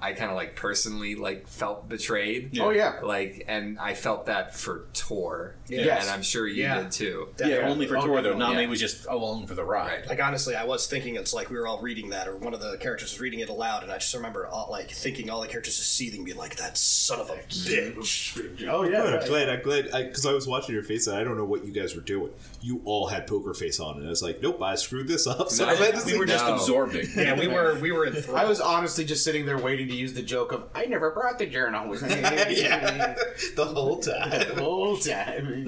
[SPEAKER 4] I kind of like personally like felt betrayed.
[SPEAKER 6] Oh yeah.
[SPEAKER 4] Like, and I felt that for Tor. Yeah.
[SPEAKER 6] Yes.
[SPEAKER 4] And I'm sure you
[SPEAKER 5] Yeah.
[SPEAKER 4] did too.
[SPEAKER 5] That-
[SPEAKER 3] Yeah, only for
[SPEAKER 5] Oh,
[SPEAKER 3] Tor though.
[SPEAKER 5] definitely,
[SPEAKER 3] Nami
[SPEAKER 4] yeah.
[SPEAKER 3] was just along for the ride.
[SPEAKER 4] Right.
[SPEAKER 5] Like honestly, I was thinking it's like we were all reading that, or one of the characters was reading it aloud, and I just remember all, like thinking all the characters just seething, being like, "That son of a bitch."
[SPEAKER 6] Oh yeah.
[SPEAKER 2] Good. I'm
[SPEAKER 6] right.
[SPEAKER 2] glad. I'm glad because I, was watching your face, and I don't know what you guys were doing. You all had poker face on, and I was like, "Nope, I screwed this up." So
[SPEAKER 3] I
[SPEAKER 2] I'm glad
[SPEAKER 3] think
[SPEAKER 2] to
[SPEAKER 3] we
[SPEAKER 2] see-
[SPEAKER 3] were just
[SPEAKER 4] No.
[SPEAKER 3] absorbing.
[SPEAKER 5] Yeah, we were we were enthralled.
[SPEAKER 6] I was honestly just sitting there waiting to use the joke of I never brought the journal with me
[SPEAKER 2] Yeah. the whole time.
[SPEAKER 6] the whole time.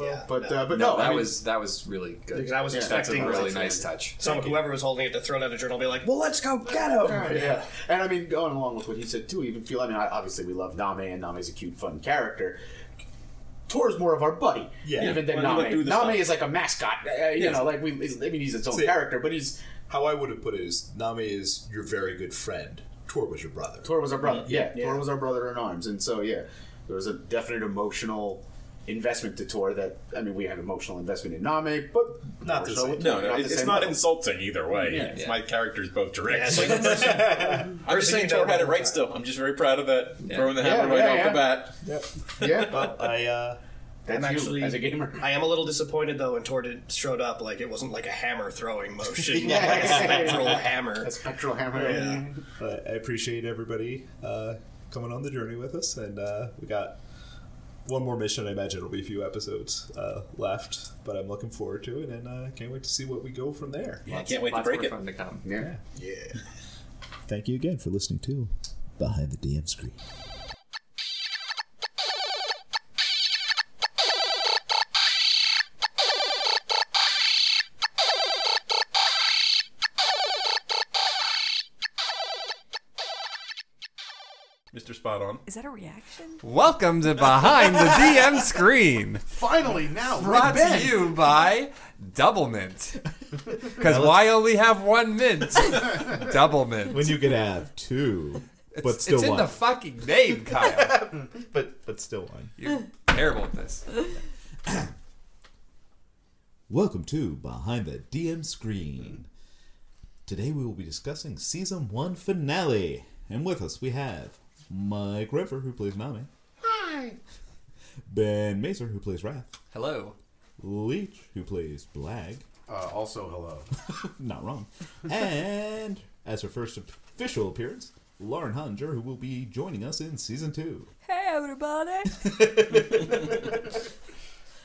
[SPEAKER 5] yeah,
[SPEAKER 6] but
[SPEAKER 5] no.
[SPEAKER 6] uh, but
[SPEAKER 4] No,
[SPEAKER 6] no,
[SPEAKER 4] that
[SPEAKER 6] I mean,
[SPEAKER 4] was that was really good.
[SPEAKER 5] because I was
[SPEAKER 4] That's a
[SPEAKER 5] expecting
[SPEAKER 4] really
[SPEAKER 5] like,
[SPEAKER 4] nice touch.
[SPEAKER 5] Some whoever was holding it to throw down a journal, be like, "Well, let's go get him."
[SPEAKER 6] Yeah, and I mean, going along with what he said too, even feel. I mean, I- obviously we love Name, and Name's a cute, fun character. Tor's more of our buddy,
[SPEAKER 2] Yeah.
[SPEAKER 6] even than
[SPEAKER 3] When we went through
[SPEAKER 6] Name. Name
[SPEAKER 3] the stuff.
[SPEAKER 6] is like a mascot, uh, you
[SPEAKER 3] Yes.
[SPEAKER 6] know. Like we, I mean, he's its own
[SPEAKER 2] See-
[SPEAKER 6] character, but he's
[SPEAKER 2] How I would have put it is, Name is your very good friend. Tor was your brother.
[SPEAKER 6] Tor was our brother. Yeah,
[SPEAKER 5] Yeah.
[SPEAKER 6] Tor was our brother in arms, and so yeah, there was a definite emotional investment to Tor. That I mean, we had emotional investment in Name, but
[SPEAKER 2] Not
[SPEAKER 6] more
[SPEAKER 2] the
[SPEAKER 6] so
[SPEAKER 2] same.
[SPEAKER 6] with
[SPEAKER 3] No,
[SPEAKER 6] Tor,
[SPEAKER 3] no,
[SPEAKER 6] the
[SPEAKER 3] it's, it's
[SPEAKER 6] same
[SPEAKER 3] not
[SPEAKER 6] level.
[SPEAKER 3] insulting either way.
[SPEAKER 6] Yeah.
[SPEAKER 3] It's My character's both
[SPEAKER 5] Yeah, it's
[SPEAKER 3] directions.
[SPEAKER 5] like the person-
[SPEAKER 3] I'm just saying
[SPEAKER 5] Person
[SPEAKER 3] Tor
[SPEAKER 5] you know
[SPEAKER 3] had it
[SPEAKER 5] the
[SPEAKER 3] right
[SPEAKER 5] whole
[SPEAKER 3] still. I'm just very proud of that. Throwing the
[SPEAKER 6] Yeah,
[SPEAKER 3] hammer right
[SPEAKER 6] yeah,
[SPEAKER 3] off
[SPEAKER 6] yeah.
[SPEAKER 3] the bat.
[SPEAKER 6] Yeah,
[SPEAKER 2] But I, uh,
[SPEAKER 6] that's
[SPEAKER 5] I'm
[SPEAKER 6] you
[SPEAKER 5] actually-
[SPEAKER 6] as a gamer.
[SPEAKER 5] I am a little disappointed though when Tor did, showed up. Like it wasn't like a hammer throwing motion,
[SPEAKER 6] Yeah.
[SPEAKER 5] like a spectral hammer.
[SPEAKER 6] A spectral hammer.
[SPEAKER 5] Yeah.
[SPEAKER 2] but I appreciate everybody uh, coming on the journey with us, and uh, we got one more mission. I imagine it'll be a few episodes uh, left, but I'm looking forward to it, and uh, can't wait to see what we go from there.
[SPEAKER 3] I can't wait to
[SPEAKER 4] Lots
[SPEAKER 3] break
[SPEAKER 4] more
[SPEAKER 3] it.
[SPEAKER 4] fun to come.
[SPEAKER 6] yeah.
[SPEAKER 5] Yeah.
[SPEAKER 2] Thank you again for listening to Behind the DM Screen.
[SPEAKER 3] Mr. Spot on.
[SPEAKER 7] Is that a reaction?
[SPEAKER 8] Welcome to Behind the DM Screen,
[SPEAKER 6] Finally, now
[SPEAKER 8] brought
[SPEAKER 6] we're
[SPEAKER 8] to you by Double Mint. Because why only have one mint? Double Mint.
[SPEAKER 2] When you could have two, but
[SPEAKER 8] It's
[SPEAKER 2] still
[SPEAKER 8] in
[SPEAKER 2] one.
[SPEAKER 8] the fucking name, Kyle.
[SPEAKER 2] but but still one.
[SPEAKER 8] You're terrible at this.
[SPEAKER 2] Welcome to Behind the DM Screen. Today we will be discussing season one finale, and with us we have Mike River, who plays Nami. Hi. Ben Mazer, who plays Wrath.
[SPEAKER 8] Hello.
[SPEAKER 2] Leech, who plays Blag.
[SPEAKER 9] Uh, also, hello.
[SPEAKER 2] Not wrong. and as her first official appearance, Lauren Honger, who will be joining us in season two.
[SPEAKER 7] Hey, everybody.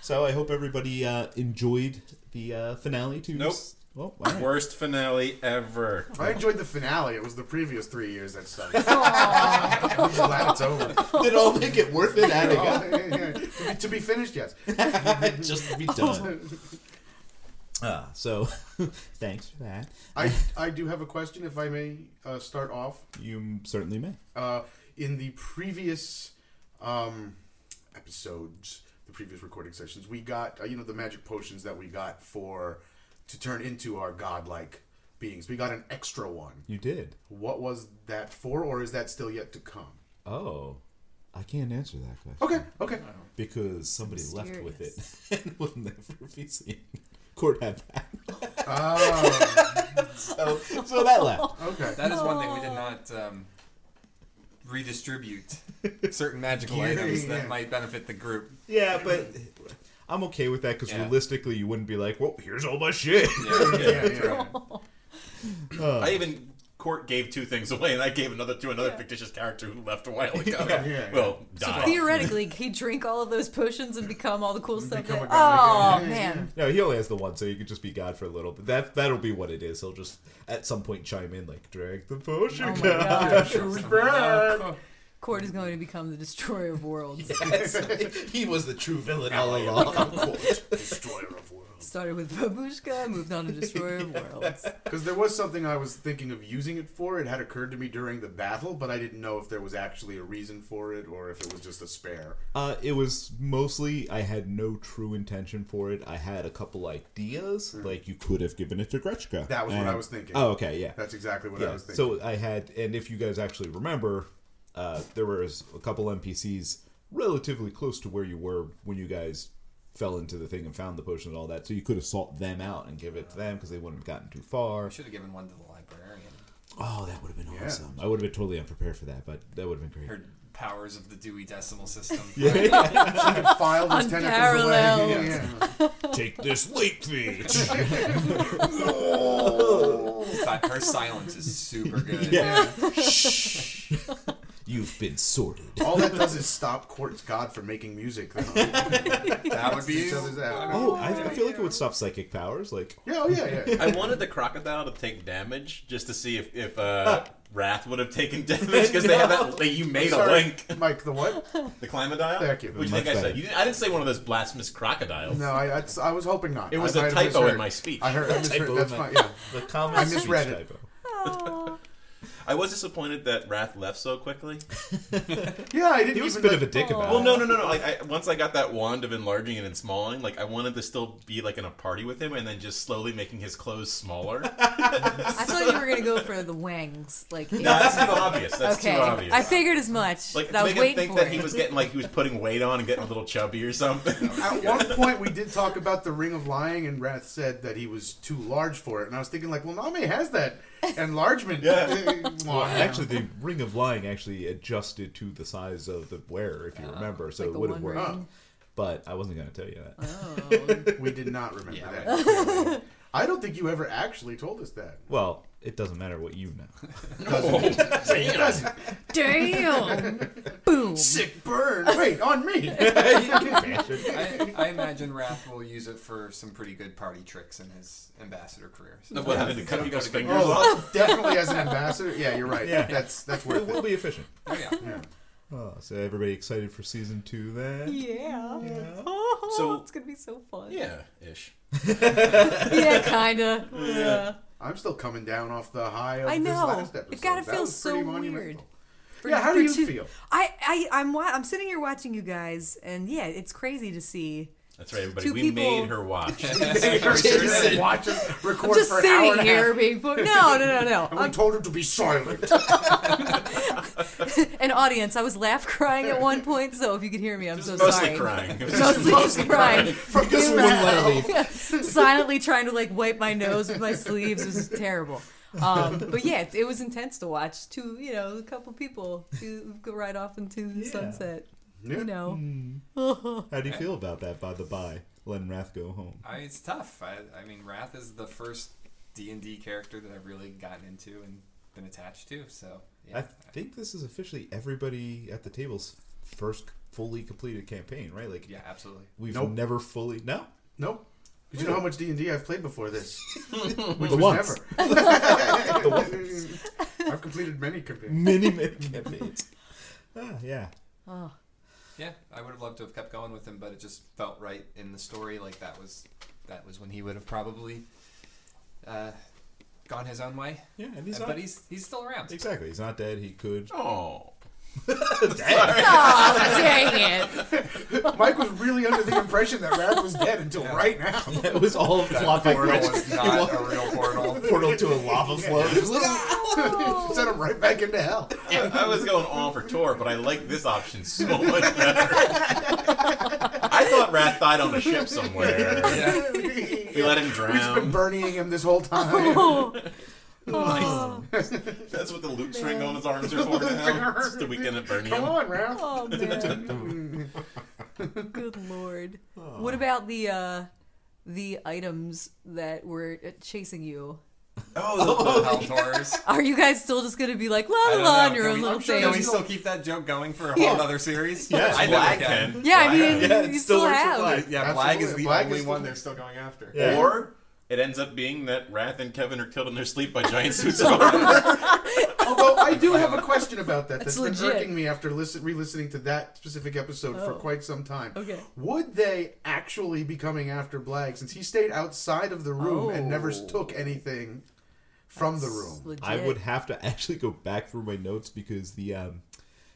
[SPEAKER 2] So I hope everybody uh, enjoyed the uh, finale to
[SPEAKER 3] Nope.
[SPEAKER 6] Well, all right.
[SPEAKER 3] Worst finale ever.
[SPEAKER 6] I enjoyed the finale. It was the previous three years that sucked. I'm glad it's over.
[SPEAKER 2] Did it all make it worth it adding
[SPEAKER 6] Oh,
[SPEAKER 2] up?
[SPEAKER 6] yeah, yeah. To, be, to be finished, yes.
[SPEAKER 2] Just to be done. Ah, so thanks for that.
[SPEAKER 6] I, I do have a question, if I may uh, start off.
[SPEAKER 2] You certainly may.
[SPEAKER 6] uh, in the previous um, episodes, the previous recording sessions, we got uh, you know the magic potions that we got for to turn into our godlike beings. We got an extra one.
[SPEAKER 2] You did.
[SPEAKER 6] What was that for, or is that still yet to come?
[SPEAKER 2] Oh, I can't answer that question.
[SPEAKER 6] Okay, okay.
[SPEAKER 2] Because somebody left with it and will never be seen. Court had that.
[SPEAKER 6] Oh,
[SPEAKER 2] So, so that left.
[SPEAKER 6] okay.
[SPEAKER 4] That is one thing we did not um, redistribute certain magical
[SPEAKER 6] Yeah,
[SPEAKER 4] items
[SPEAKER 6] yeah.
[SPEAKER 4] that might benefit the group.
[SPEAKER 2] Yeah, but I'm okay with that because
[SPEAKER 4] Yeah.
[SPEAKER 2] realistically, you wouldn't be like, well, here's all my shit.
[SPEAKER 6] yeah, yeah.
[SPEAKER 3] I even court gave two things away, and I gave another to another fictitious character who left a while ago.
[SPEAKER 6] yeah.
[SPEAKER 3] Well, died.
[SPEAKER 10] Theoretically, he drink all of those potions and become all the cool stuff.
[SPEAKER 6] Become
[SPEAKER 10] that-
[SPEAKER 6] a god
[SPEAKER 10] oh
[SPEAKER 6] again. Yeah,
[SPEAKER 10] man,
[SPEAKER 2] No, he only has the one, so you could just be God for a little bit. That that'll be what it is. He'll just at some point chime in like, "Drag the potion,
[SPEAKER 10] Oh my
[SPEAKER 2] God."
[SPEAKER 10] gosh.
[SPEAKER 2] It was bad.
[SPEAKER 10] Cord is going to become the destroyer of worlds.
[SPEAKER 2] Yes. he was the true villain all along.
[SPEAKER 6] Destroyer of worlds.
[SPEAKER 10] Started with Babushka, moved on to destroyer of worlds.
[SPEAKER 6] Because there was something I was thinking of using it for. It had occurred to me during the battle, but I didn't know if there was actually a reason for it or if it was just a spare.
[SPEAKER 2] uh, it was mostly I had no true intention for it. I had a couple ideas, like you could have given it to Gretchka.
[SPEAKER 6] Hmm. That was what I
[SPEAKER 2] And-
[SPEAKER 6] was thinking.
[SPEAKER 2] Oh, okay, yeah.
[SPEAKER 6] That's exactly what I
[SPEAKER 2] Yeah,
[SPEAKER 6] was thinking.
[SPEAKER 2] so I had, and if you guys actually remember, uh, there was a couple NPCs relatively close to where you were when you guys fell into the thing and found the potion and all that. So you could have sought them out and give it to them because they wouldn't have gotten too far.
[SPEAKER 4] I should have given one to the librarian.
[SPEAKER 2] Oh, that would have been awesome. I would have been totally unprepared for that, but that would have been great.
[SPEAKER 4] Her powers of the Dewey Decimal System.
[SPEAKER 6] file those tentacles away.
[SPEAKER 10] Unparalleled.
[SPEAKER 6] Yeah.
[SPEAKER 2] Take this leap thief.
[SPEAKER 4] Si- Her silence is super good.
[SPEAKER 2] yeah. Shh. You've been sorted.
[SPEAKER 6] All that does is stop Quartz God from making music. Though.
[SPEAKER 4] That would be
[SPEAKER 6] Each other's out.
[SPEAKER 2] Oh, I, I feel like it would stop psychic powers. Like,
[SPEAKER 6] Yeah, oh yeah, yeah.
[SPEAKER 3] I wanted the crocodile to take damage just to see if if uh, Wrath would have taken damage because they had that. They, you made a
[SPEAKER 6] Sorry,
[SPEAKER 3] link.
[SPEAKER 6] Mike. The what?
[SPEAKER 3] The climadial.
[SPEAKER 6] Thank you.
[SPEAKER 3] Which think
[SPEAKER 2] Much
[SPEAKER 3] I said?
[SPEAKER 2] better.
[SPEAKER 3] You, I didn't say one of those blasphemous crocodiles.
[SPEAKER 6] No, I, I, I was hoping not.
[SPEAKER 3] It was
[SPEAKER 6] a
[SPEAKER 3] a typo in my speech.
[SPEAKER 6] I heard. I misheard.
[SPEAKER 2] Typo
[SPEAKER 6] That's
[SPEAKER 2] in my-
[SPEAKER 6] fine. Yeah.
[SPEAKER 2] the common
[SPEAKER 6] I misread
[SPEAKER 2] speech
[SPEAKER 6] it.
[SPEAKER 2] typo.
[SPEAKER 3] I was disappointed that Wrath left so quickly.
[SPEAKER 6] Yeah, I didn't.
[SPEAKER 2] He was "Oh." a bit
[SPEAKER 6] even, like,
[SPEAKER 2] of a dick about
[SPEAKER 3] Well,
[SPEAKER 2] it.
[SPEAKER 3] no, no, no, no. Like I, once I got that wand of enlarging and smalling, like I wanted to still be like in a party with him, and then just slowly making his clothes smaller.
[SPEAKER 10] I thought you were going to go for the wangs, like
[SPEAKER 3] That's too obvious. That's
[SPEAKER 10] okay.
[SPEAKER 3] too obvious.
[SPEAKER 10] I figured as much.
[SPEAKER 3] like
[SPEAKER 10] I
[SPEAKER 3] to make
[SPEAKER 10] was
[SPEAKER 3] him
[SPEAKER 10] waiting
[SPEAKER 3] think
[SPEAKER 10] for
[SPEAKER 3] that
[SPEAKER 10] it.
[SPEAKER 3] he was getting like he was putting weight on and getting a little chubby or something.
[SPEAKER 6] At one point, we did talk about the Ring of Lying, and Wrath said that he was too large for it, and I was thinking like, well, Name has that enlargement.
[SPEAKER 3] Yeah.
[SPEAKER 6] Well,
[SPEAKER 2] Actually, the ring of lying actually adjusted to the size of the wearer, if you remember, so
[SPEAKER 10] like
[SPEAKER 2] it
[SPEAKER 10] the
[SPEAKER 2] would have
[SPEAKER 10] one
[SPEAKER 2] worked.
[SPEAKER 10] ring. Oh.
[SPEAKER 2] But I wasn't going to tell you that.
[SPEAKER 6] we did not remember that. I don't think you ever actually told us that.
[SPEAKER 2] Well, it doesn't matter what you know.
[SPEAKER 10] Damn! Boom!
[SPEAKER 6] Sick burn. Wait, on me.
[SPEAKER 4] I, I imagine Wrath will use it for some pretty good party tricks in his ambassador career. So
[SPEAKER 3] what happened to cut people's fingers off?
[SPEAKER 6] Oh, definitely as an ambassador. Yeah, you're right.
[SPEAKER 2] Yeah.
[SPEAKER 6] That's that's
[SPEAKER 2] it
[SPEAKER 6] worth
[SPEAKER 2] will
[SPEAKER 6] it.
[SPEAKER 2] be efficient.
[SPEAKER 4] yeah.
[SPEAKER 2] Oh, so everybody excited for season two then?
[SPEAKER 10] Yeah. Oh,
[SPEAKER 3] So-
[SPEAKER 10] it's gonna be so fun.
[SPEAKER 3] Yeah, ish.
[SPEAKER 10] Yeah, kinda. Yeah.
[SPEAKER 6] I'm still coming down off the high of
[SPEAKER 10] I
[SPEAKER 6] this
[SPEAKER 10] know.
[SPEAKER 6] last episode.
[SPEAKER 10] It gotta
[SPEAKER 6] That
[SPEAKER 10] feel
[SPEAKER 6] was pretty
[SPEAKER 10] so
[SPEAKER 6] monumental.
[SPEAKER 10] weird. For-
[SPEAKER 6] yeah, how
[SPEAKER 10] for
[SPEAKER 6] do you
[SPEAKER 10] two-
[SPEAKER 6] feel?
[SPEAKER 10] I, I, I'm, wa- I'm sitting here watching you guys, and yeah, it's crazy to see.
[SPEAKER 3] That's right, everybody.
[SPEAKER 10] Two
[SPEAKER 3] we
[SPEAKER 10] people-
[SPEAKER 3] made her watch.
[SPEAKER 6] Seriously, watch us record
[SPEAKER 10] I'm just
[SPEAKER 6] for an hour
[SPEAKER 10] sitting
[SPEAKER 6] and a
[SPEAKER 10] here
[SPEAKER 6] half.
[SPEAKER 10] being put. No, no, no, no.
[SPEAKER 6] And we told her to be silent.
[SPEAKER 10] Um, an audience. I was laugh crying at one point, so if you could hear me, I'm so
[SPEAKER 3] Mostly
[SPEAKER 10] sorry.
[SPEAKER 3] crying.
[SPEAKER 10] Mostly, just crying.
[SPEAKER 6] From this
[SPEAKER 10] You
[SPEAKER 6] one
[SPEAKER 10] know?
[SPEAKER 6] level.
[SPEAKER 10] Silently trying to like wipe my nose with my sleeves. It was terrible. Um, but yeah, it, it was intense to watch. Two, you know, a couple people to go right off into the sunset.
[SPEAKER 6] Yeah. Mm.
[SPEAKER 10] You know,
[SPEAKER 2] How do you feel about that, by the by? Letting Wrath go home.
[SPEAKER 4] I mean, it's tough. I, I mean, Wrath is the first D and D character that I've really gotten into and been attached to. So yeah,
[SPEAKER 2] I think this is officially everybody at the table's first fully completed campaign, right? Like,
[SPEAKER 4] yeah, absolutely.
[SPEAKER 2] we've
[SPEAKER 6] Nope.
[SPEAKER 2] never fully. No?
[SPEAKER 6] Nope. Did you know how much D and D I've played before this? Which was
[SPEAKER 11] once.
[SPEAKER 6] never. I've completed many campaigns.
[SPEAKER 2] Mini mid campaigns. Ah, yeah.
[SPEAKER 10] Oh,
[SPEAKER 4] Yeah, I would have loved to have kept going with him, but it just felt right in the story. Like that was that was when he would have probably uh, gone his own way.
[SPEAKER 2] Yeah, and he's
[SPEAKER 4] Uh,
[SPEAKER 2] not
[SPEAKER 4] but he's he's still around.
[SPEAKER 2] exactly. He's not dead. He could.
[SPEAKER 3] Oh.
[SPEAKER 10] oh dang it.
[SPEAKER 6] Mike was really under the impression that Rad was dead until right now.
[SPEAKER 2] It was all floppy
[SPEAKER 4] Portal was not a real portal.
[SPEAKER 2] portal to a lava flow.
[SPEAKER 6] Sent him right back into hell.
[SPEAKER 3] Yeah, I was going on for Tor, but I like this option so much better. I thought Rat died on a ship somewhere. We let him
[SPEAKER 6] We've just
[SPEAKER 3] drown.
[SPEAKER 6] been burning him this whole time.
[SPEAKER 10] Oh,
[SPEAKER 3] That's what the loop string on his arms are for now. It's the weekend at Birmingham.
[SPEAKER 6] Come on, Ralph.
[SPEAKER 10] oh man. Good lord.
[SPEAKER 2] Oh.
[SPEAKER 10] What about the uh the items that were uh, chasing you?
[SPEAKER 4] Oh, Hal Torres.
[SPEAKER 10] Are you guys still just gonna be like la
[SPEAKER 4] I
[SPEAKER 10] la
[SPEAKER 4] don't
[SPEAKER 10] la
[SPEAKER 4] know.
[SPEAKER 10] on your
[SPEAKER 4] Can
[SPEAKER 10] own
[SPEAKER 4] we-
[SPEAKER 10] little thing?
[SPEAKER 4] Can we still keep that joke going for a whole other series? Yes, I
[SPEAKER 3] Black
[SPEAKER 4] think we can.
[SPEAKER 3] Pen.
[SPEAKER 10] yeah, I mean,
[SPEAKER 2] Yeah,
[SPEAKER 10] you
[SPEAKER 2] it still
[SPEAKER 10] still
[SPEAKER 2] works with
[SPEAKER 10] have.
[SPEAKER 2] life.
[SPEAKER 4] Yeah, Black is
[SPEAKER 6] Absolutely.
[SPEAKER 4] the
[SPEAKER 6] Black
[SPEAKER 4] only
[SPEAKER 6] is the-
[SPEAKER 4] one they're still going after.
[SPEAKER 2] Yeah.
[SPEAKER 3] Or it ends up being that Wrath and Kevin are killed in their sleep by giant suits of armor.
[SPEAKER 6] Although I do have a question about that
[SPEAKER 10] That's
[SPEAKER 6] that's been
[SPEAKER 10] legit.
[SPEAKER 6] irking me after listen, re-listening to that specific episode for
[SPEAKER 10] Oh.
[SPEAKER 6] quite some time.
[SPEAKER 10] Okay.
[SPEAKER 6] Would they actually be coming after Black since he stayed outside of the room and never s-
[SPEAKER 10] Oh.
[SPEAKER 6] took anything from the room?
[SPEAKER 10] Legit.
[SPEAKER 2] I would have to actually go back through my notes because the um,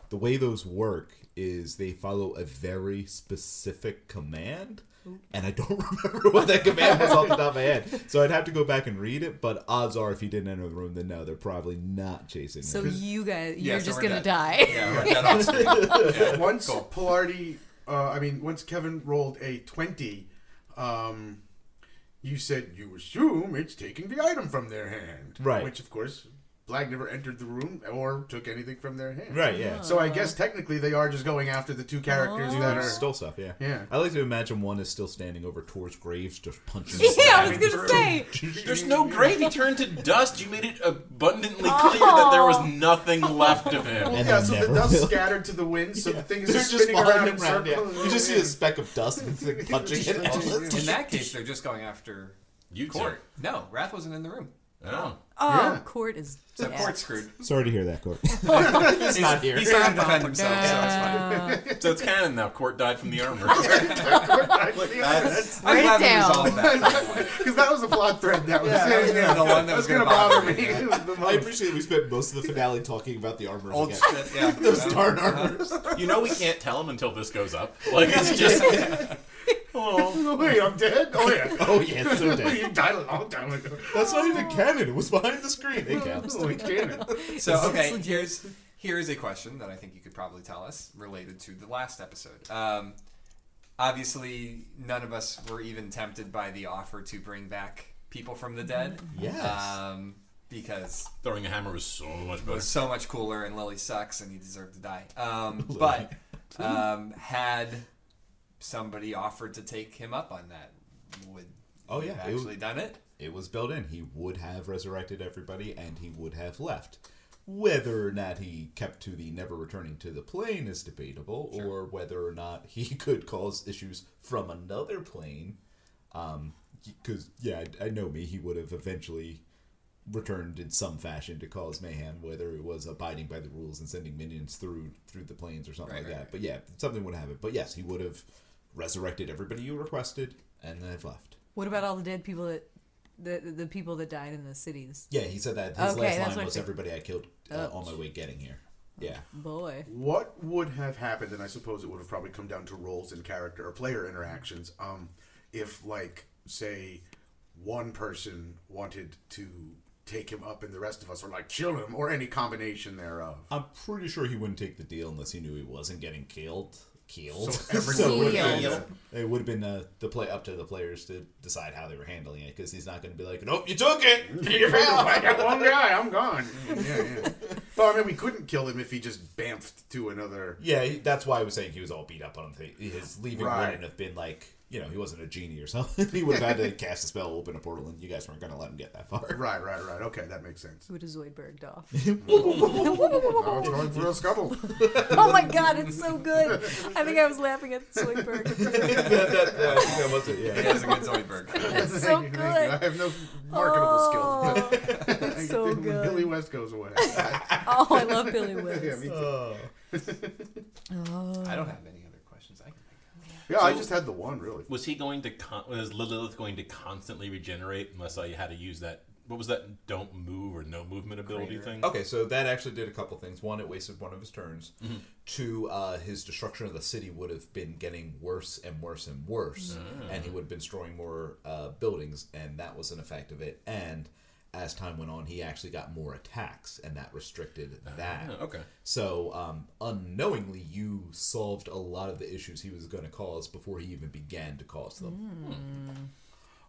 [SPEAKER 2] the way those work is they follow a very specific command, and I don't remember what that command was off the top of my head. So I'd have to go back and read it. But odds are, if he didn't enter the room, then no, they're probably not chasing
[SPEAKER 10] so
[SPEAKER 2] him.
[SPEAKER 10] you guys,
[SPEAKER 4] Yeah,
[SPEAKER 10] you're
[SPEAKER 4] so
[SPEAKER 10] just
[SPEAKER 4] we're
[SPEAKER 10] gonna
[SPEAKER 4] dead.
[SPEAKER 10] die.
[SPEAKER 4] Yeah, we're dead on screen. Yeah.
[SPEAKER 6] Once Pilardi, uh, I mean, once Kevin rolled a twenty, um, you said you assume it's taking the item from their hand,
[SPEAKER 2] Right.
[SPEAKER 6] Which, of course, Black never entered the room or took anything from their hand,
[SPEAKER 2] Right? Yeah.
[SPEAKER 6] So I guess technically they are just going after the two characters that
[SPEAKER 2] They
[SPEAKER 6] are
[SPEAKER 2] Stole stuff, yeah.
[SPEAKER 6] Yeah.
[SPEAKER 2] I like to imagine one is still standing over Tor's graves, just punching.
[SPEAKER 10] Yeah, I
[SPEAKER 2] him.
[SPEAKER 10] was gonna say.
[SPEAKER 3] There's no grave. He turned to dust. You made it abundantly clear that there was nothing left of him.
[SPEAKER 2] And
[SPEAKER 6] yeah,
[SPEAKER 2] they
[SPEAKER 6] so the
[SPEAKER 2] never
[SPEAKER 6] dust
[SPEAKER 2] will.
[SPEAKER 6] scattered to the wind, so the thing is
[SPEAKER 2] They're
[SPEAKER 6] just
[SPEAKER 2] just
[SPEAKER 6] spinning
[SPEAKER 2] following
[SPEAKER 6] around in
[SPEAKER 2] him around. Yeah.
[SPEAKER 6] circles.
[SPEAKER 2] You just see a speck of dust and it's like punching it.
[SPEAKER 4] In that case, they're just going after.
[SPEAKER 3] You two.
[SPEAKER 4] Court. No, Wrath wasn't in the room.
[SPEAKER 3] Oh.
[SPEAKER 10] Oh, court is
[SPEAKER 4] So
[SPEAKER 10] dead.
[SPEAKER 4] Court's screwed.
[SPEAKER 2] Sorry to hear that, Court. He's not here.
[SPEAKER 4] He's trying to defend himself, so it's fine.
[SPEAKER 10] Uh,
[SPEAKER 3] So it's canon now. Court died from the armor.
[SPEAKER 4] I'm
[SPEAKER 10] Write it
[SPEAKER 4] glad we
[SPEAKER 10] down.
[SPEAKER 4] resolved that.
[SPEAKER 6] Because that was the plot thread that was,
[SPEAKER 4] Yeah, yeah, the one that was
[SPEAKER 6] going to
[SPEAKER 4] gonna bother
[SPEAKER 6] bother me.
[SPEAKER 4] me.
[SPEAKER 6] It was the
[SPEAKER 2] I
[SPEAKER 6] most.
[SPEAKER 2] appreciate we spent most of the finale talking about the armor.
[SPEAKER 4] Old
[SPEAKER 2] again.
[SPEAKER 4] shit, yeah.
[SPEAKER 2] Those darn armors.
[SPEAKER 3] You know we can't tell him until this goes up. Like it's just
[SPEAKER 6] Wait, I'm dead? Oh, yeah.
[SPEAKER 2] Oh yeah, it's so dead.
[SPEAKER 6] you died a long time ago.
[SPEAKER 2] That's not even canon. It was behind the screen. It counts.
[SPEAKER 6] Holy cannon.
[SPEAKER 4] So okay,
[SPEAKER 10] legit.
[SPEAKER 4] here's here is a question that I think you could probably tell us related to the last episode. Um, obviously, none of us were even tempted by the offer to bring back people from the dead.
[SPEAKER 2] Yes.
[SPEAKER 4] Um, because
[SPEAKER 3] throwing a hammer was so much
[SPEAKER 4] it
[SPEAKER 3] better.
[SPEAKER 4] was so much cooler, and Lily sucks, and he deserved to die. Um, but um, had somebody offered to take him up on that, would
[SPEAKER 2] Oh,
[SPEAKER 4] we have
[SPEAKER 2] yeah, it
[SPEAKER 4] actually
[SPEAKER 2] would-
[SPEAKER 4] done it?
[SPEAKER 2] It was built in. He would have resurrected everybody, and he would have left. Whether or not he kept to the never returning to the plane is debatable, or whether or not he could cause issues from another plane. Because yeah, I, I know me. He would have eventually returned in some fashion to cause mayhem, whether it was abiding by the rules and sending minions through through the planes or something
[SPEAKER 4] Right,
[SPEAKER 2] like
[SPEAKER 4] right,
[SPEAKER 2] that.
[SPEAKER 4] right.
[SPEAKER 2] But yeah, something would happen. But yes, he would have resurrected everybody you requested, and then have left.
[SPEAKER 10] What about all the dead people that the the people that died in the cities?
[SPEAKER 2] Yeah, he said that his
[SPEAKER 10] Okay, that's
[SPEAKER 2] last
[SPEAKER 10] what I
[SPEAKER 2] line was
[SPEAKER 10] think.
[SPEAKER 2] "Everybody I killed uh, on my way getting here." Yeah,
[SPEAKER 10] Boy,
[SPEAKER 6] What would have happened, and I suppose it would have probably come down to roles and character or player interactions, um, if, like, say, one person wanted to take him up and the rest of us were like, kill him, or any combination thereof?
[SPEAKER 10] Uh,
[SPEAKER 2] I'm pretty sure he wouldn't take the deal unless he knew he wasn't getting killed. Killed.
[SPEAKER 6] So
[SPEAKER 2] it
[SPEAKER 6] everyone
[SPEAKER 2] would
[SPEAKER 10] would've
[SPEAKER 2] have
[SPEAKER 10] been-
[SPEAKER 2] been, it would have been uh, the play up to the players to decide how they were handling it because he's not going to be like, "Nope, you took it." You're
[SPEAKER 6] I
[SPEAKER 2] out."
[SPEAKER 6] got one guy. Oh, I'm gone. Yeah, yeah. But I mean, we couldn't kill him if he just bamfed to another.
[SPEAKER 2] yeah, he- that's why I was saying he was all beat up on him. His leaving
[SPEAKER 6] Right.
[SPEAKER 2] wouldn't have been like you know, he wasn't a genie or something. he would have had to cast a spell, open a portal, and you guys weren't going to let him get that far.
[SPEAKER 6] Right, right, right. Okay, that makes sense.
[SPEAKER 10] Who does Zoidberged off?
[SPEAKER 6] Now it's going through a scuttle.
[SPEAKER 10] oh my god, it's so good. I think I was laughing at Zoidberg.
[SPEAKER 2] that was it. Yeah,
[SPEAKER 4] He has a good Zoidberg.
[SPEAKER 10] It's so
[SPEAKER 6] Thank you, thank
[SPEAKER 10] good.
[SPEAKER 6] you. I have no marketable
[SPEAKER 10] Oh,
[SPEAKER 6] skills. but I
[SPEAKER 10] so
[SPEAKER 6] think when
[SPEAKER 10] good.
[SPEAKER 6] Billy West goes away.
[SPEAKER 10] Oh, I love Billy
[SPEAKER 6] yeah,
[SPEAKER 10] Willis. Oh.
[SPEAKER 6] me too.
[SPEAKER 4] Oh. I don't have any other questions. I can
[SPEAKER 6] yeah, I just had the one really.
[SPEAKER 3] Was he going to con- was Lilith going to constantly regenerate unless I had to use that? What was that? Don't move or no movement ability thing?
[SPEAKER 2] Okay, so that actually did a couple things. One, it wasted one of his turns.
[SPEAKER 3] Mm-hmm.
[SPEAKER 2] Two, uh, his destruction of the city would have been getting worse and worse and worse,
[SPEAKER 3] Ah.
[SPEAKER 2] and he would have been destroying more uh, buildings, and that was an effect of it. And as time went on, he actually got more attacks, and that restricted that.
[SPEAKER 3] Ah, okay.
[SPEAKER 2] So, um, unknowingly, you solved a lot of the issues he was going to cause before he even began to cause them.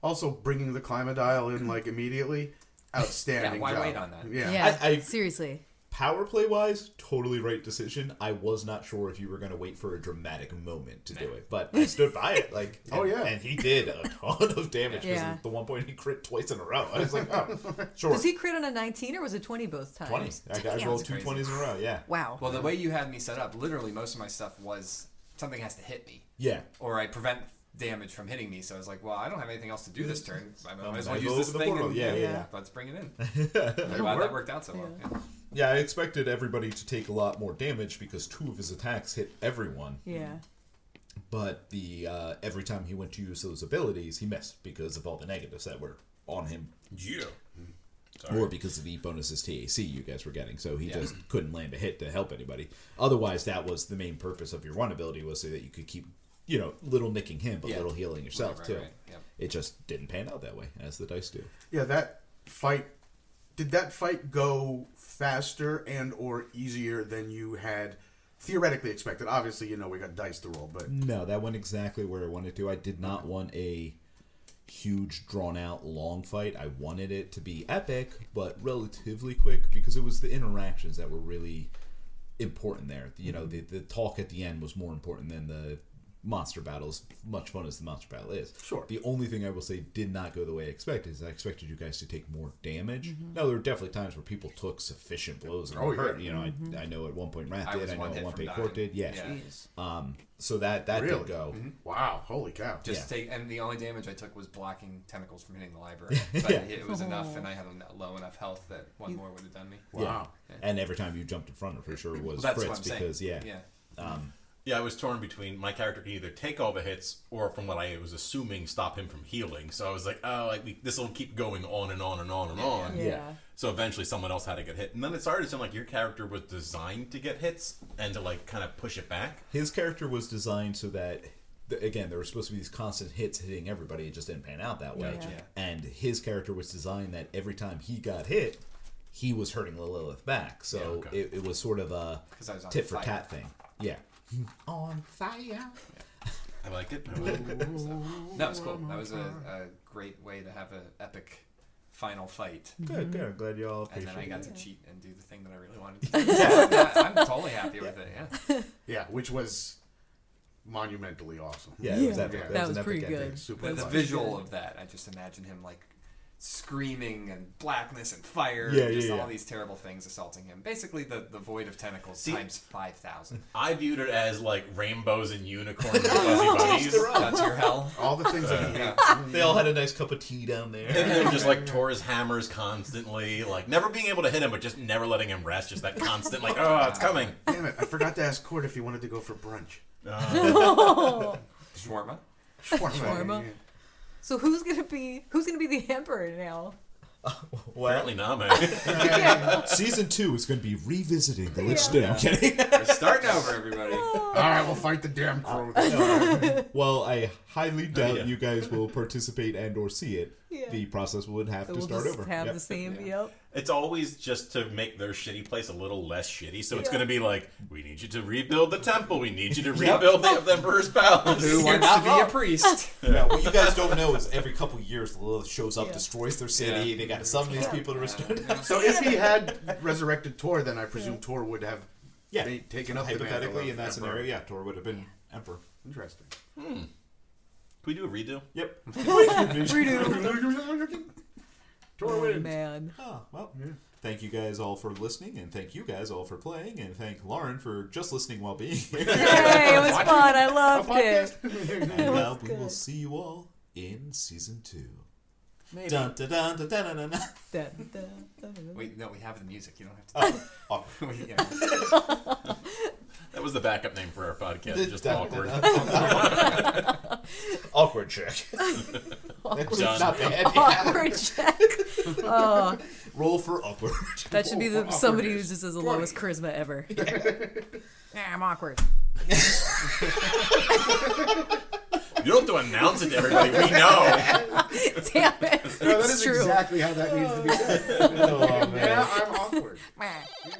[SPEAKER 6] Also, bringing the climadial in like immediately, outstanding.
[SPEAKER 4] Yeah, why
[SPEAKER 6] job.
[SPEAKER 4] wait on that?
[SPEAKER 6] Yeah.
[SPEAKER 10] Yeah,
[SPEAKER 2] I- I-
[SPEAKER 10] seriously.
[SPEAKER 2] Power play wise, totally right decision. I was not sure if you were going to wait for a dramatic moment to do it, but I stood by it. Like,
[SPEAKER 6] Oh,
[SPEAKER 2] and-
[SPEAKER 6] yeah.
[SPEAKER 2] and he did a ton of damage. because
[SPEAKER 10] Yeah.
[SPEAKER 2] At the one point, he crit twice in a row. I was like, oh, sure,
[SPEAKER 10] Was he crit on a 19 or was it 20 both times?
[SPEAKER 2] twenty. I, got- I
[SPEAKER 10] Damn.
[SPEAKER 2] rolled two 20s in a row. Yeah,
[SPEAKER 10] Wow.
[SPEAKER 4] Well, the way you had me set up, literally most of my stuff was something has to hit me,
[SPEAKER 2] yeah.
[SPEAKER 4] or I prevent damage from hitting me. So I was like, well, I don't have anything else to do this turn. I might
[SPEAKER 2] Um,
[SPEAKER 4] as
[SPEAKER 2] I
[SPEAKER 4] well use
[SPEAKER 2] go
[SPEAKER 4] this
[SPEAKER 2] over the
[SPEAKER 4] thing.
[SPEAKER 2] portal.
[SPEAKER 4] and-
[SPEAKER 2] Yeah, yeah, yeah.
[SPEAKER 4] Let's bring it in. I'm glad that worked out so well. Yeah.
[SPEAKER 2] Yeah, I expected everybody to take a lot more damage because two of his attacks hit everyone.
[SPEAKER 10] yeah.
[SPEAKER 2] but the uh, every time he went to use those abilities, he missed because of all the negatives that were on him,
[SPEAKER 3] Yeah.
[SPEAKER 2] or because of the bonuses TAC you guys were getting. So he just couldn't land a hit to help anybody. Otherwise, that was the main purpose of your run ability was so that you could keep, you know, little nicking him, but
[SPEAKER 4] Yeah.
[SPEAKER 2] little healing yourself
[SPEAKER 4] right,
[SPEAKER 2] too.
[SPEAKER 4] right, yep.
[SPEAKER 2] It just didn't pan out that way as the dice do.
[SPEAKER 6] Yeah, that fight. Did that fight go faster and or easier than you had theoretically expected? Obviously, you know we got dice to roll,
[SPEAKER 4] Mm-hmm.
[SPEAKER 6] but
[SPEAKER 2] No, that went exactly where I wanted to. I did not want a huge, drawn out, long fight. I wanted it to be epic, but relatively quick because it was the interactions that were really important there. You know, the, the talk at the end was more important than the monster battles, much fun as the monster battle is.
[SPEAKER 6] Sure.
[SPEAKER 2] The only thing I will say did not go the way I expected is I expected you guys to take more damage. No, there were definitely times where people took sufficient blows and
[SPEAKER 6] Oh,
[SPEAKER 2] were
[SPEAKER 6] yeah.
[SPEAKER 2] hurt. You know, I, I know at one point Wrath
[SPEAKER 4] I
[SPEAKER 2] did,
[SPEAKER 4] was
[SPEAKER 2] I know
[SPEAKER 4] one
[SPEAKER 2] at
[SPEAKER 4] hit
[SPEAKER 2] one
[SPEAKER 4] from
[SPEAKER 2] point
[SPEAKER 4] dying.
[SPEAKER 2] Court did. Yeah.
[SPEAKER 4] Yeah.
[SPEAKER 2] Um, so that, that
[SPEAKER 6] really,
[SPEAKER 2] did go.
[SPEAKER 6] Mhm. wow, holy cow!
[SPEAKER 4] Just
[SPEAKER 2] Yeah.
[SPEAKER 4] take, and the only damage I took was blocking tentacles from hitting the library. But it was enough, and I had a low enough health that one more would have done me.
[SPEAKER 6] wow.
[SPEAKER 2] And every time you jumped in front of her, sure was
[SPEAKER 4] Well, that's what
[SPEAKER 2] Fritz
[SPEAKER 4] I'm saying.
[SPEAKER 2] because yeah,
[SPEAKER 4] yeah.
[SPEAKER 3] Yeah, I was torn between my character can either take all the hits or, from what I was assuming, stop him from healing. So I was like, oh, like we, this will keep going on and on and on and on.
[SPEAKER 10] Yeah. Yeah.
[SPEAKER 3] So eventually, someone else had to get hit, and then it started to sound like your character was designed to get hits and to like kind of push it back.
[SPEAKER 2] his character was designed so that th- again there were supposed to be these constant hits hitting everybody. It just didn't pan out that way.
[SPEAKER 10] Yeah.
[SPEAKER 2] And his character was designed that every time he got hit, he was hurting Lilith back. So
[SPEAKER 3] okay.
[SPEAKER 2] it, it was sort of a
[SPEAKER 4] 'Cause I was on
[SPEAKER 2] tit for
[SPEAKER 4] fire.
[SPEAKER 2] tat thing. Yeah, on fire.
[SPEAKER 3] I like it. I like it.
[SPEAKER 4] No, it's cool. That was a, a great way to have an epic final fight.
[SPEAKER 2] Good, good. I'm glad you all
[SPEAKER 4] Mm-hmm. And then I
[SPEAKER 2] appreciate. it.
[SPEAKER 4] got to cheat and do the thing that I really wanted to do. Yeah, I'm totally happy with it, yeah.
[SPEAKER 6] Yeah, which was monumentally awesome.
[SPEAKER 2] Yeah, it was
[SPEAKER 10] Yeah.
[SPEAKER 2] epic.
[SPEAKER 6] Yeah.
[SPEAKER 2] That,
[SPEAKER 10] That
[SPEAKER 2] was,
[SPEAKER 10] was
[SPEAKER 2] an
[SPEAKER 10] pretty
[SPEAKER 2] epic ending.
[SPEAKER 10] good.
[SPEAKER 6] super.
[SPEAKER 4] The, the
[SPEAKER 6] fun.
[SPEAKER 4] visual of that, I just imagine him like screaming and blackness and fire
[SPEAKER 2] Yeah,
[SPEAKER 4] and just
[SPEAKER 2] yeah, yeah.
[SPEAKER 4] all these terrible things assaulting him. Basically, the, the void of tentacles times 5,000.
[SPEAKER 3] I viewed it as like rainbows and unicorns and fuzzy bunnies.
[SPEAKER 4] That's your hell.
[SPEAKER 6] All the things that he hates.
[SPEAKER 2] They all had a nice cup of tea down there.
[SPEAKER 3] And then just like tore his hammers constantly, like never being able to hit him, but just never letting him rest. Just that constant, like, oh, it's coming.
[SPEAKER 6] Damn it! I forgot to ask Court if he wanted to go for brunch.
[SPEAKER 4] Shawarma.
[SPEAKER 6] Shawarma.
[SPEAKER 10] Shawarma. So who's gonna be who's gonna be the emperor now?
[SPEAKER 2] Well,
[SPEAKER 3] Apparently not, man.
[SPEAKER 2] season two is going to be revisiting the Lich Day.
[SPEAKER 4] Yeah.
[SPEAKER 2] I'm kidding.
[SPEAKER 4] We're starting over, everybody.
[SPEAKER 6] All right, we'll fight the damn crow. then.
[SPEAKER 2] Well, I highly doubt
[SPEAKER 3] yeah.
[SPEAKER 2] you guys will participate and or see it.
[SPEAKER 10] Yeah.
[SPEAKER 2] The process would have to
[SPEAKER 10] we'll
[SPEAKER 2] start
[SPEAKER 10] just
[SPEAKER 2] over.
[SPEAKER 10] have
[SPEAKER 2] Yep.
[SPEAKER 10] the same. Yep.
[SPEAKER 3] It's always just to make their shitty place a little less shitty. So it's going to be like, we need you to rebuild the temple. We need you to rebuild the, the Emperor's Palace.
[SPEAKER 4] Who wants to be a priest?
[SPEAKER 2] No, what you guys don't know is every couple years Lilith shows up,
[SPEAKER 10] Yeah.
[SPEAKER 2] destroys their city.
[SPEAKER 4] Yeah.
[SPEAKER 2] They got to summon these people to restore.
[SPEAKER 6] So if he had resurrected Tor, then I presume Tor would have
[SPEAKER 2] Yeah.
[SPEAKER 6] ma- taken up the mantle
[SPEAKER 2] Hypothetically,
[SPEAKER 6] of
[SPEAKER 2] in that
[SPEAKER 6] Emperor.
[SPEAKER 2] scenario, yeah, Tor would have been emperor.
[SPEAKER 6] Interesting.
[SPEAKER 3] we do a redo?
[SPEAKER 12] Yep.
[SPEAKER 10] Redo.
[SPEAKER 12] Tor wins.
[SPEAKER 10] man.
[SPEAKER 2] Oh, well. Thank you guys all for listening, and thank you guys all for playing, and thank Lauren for just listening while being here.
[SPEAKER 10] Hey, it was fun. I loved it.
[SPEAKER 2] and now we will see you all in season two.
[SPEAKER 10] Maybe.
[SPEAKER 2] Dun, dun, dun, dun, dun, dun, dun.
[SPEAKER 10] Dun, dun, dun, dun.
[SPEAKER 4] Wait, no, we have the music. You don't have to.
[SPEAKER 2] Oh, oh.
[SPEAKER 4] We- yeah.
[SPEAKER 3] That was the backup name for our podcast. Just
[SPEAKER 2] Dun,
[SPEAKER 3] awkward.
[SPEAKER 2] dun, dun, dun, dun. awkward check. That was not bad.
[SPEAKER 10] Awkward check. Oh,
[SPEAKER 2] Roll for awkward.
[SPEAKER 10] that should be the somebody who just has the lowest charisma ever. Nah, I'm awkward.
[SPEAKER 3] You don't have to announce it to everybody. We know.
[SPEAKER 10] Damn it.
[SPEAKER 6] No, that
[SPEAKER 10] it's
[SPEAKER 6] is
[SPEAKER 10] true.
[SPEAKER 6] exactly how that needs to be said.
[SPEAKER 2] Oh, man.
[SPEAKER 6] yeah, I'm awkward.
[SPEAKER 10] Meh.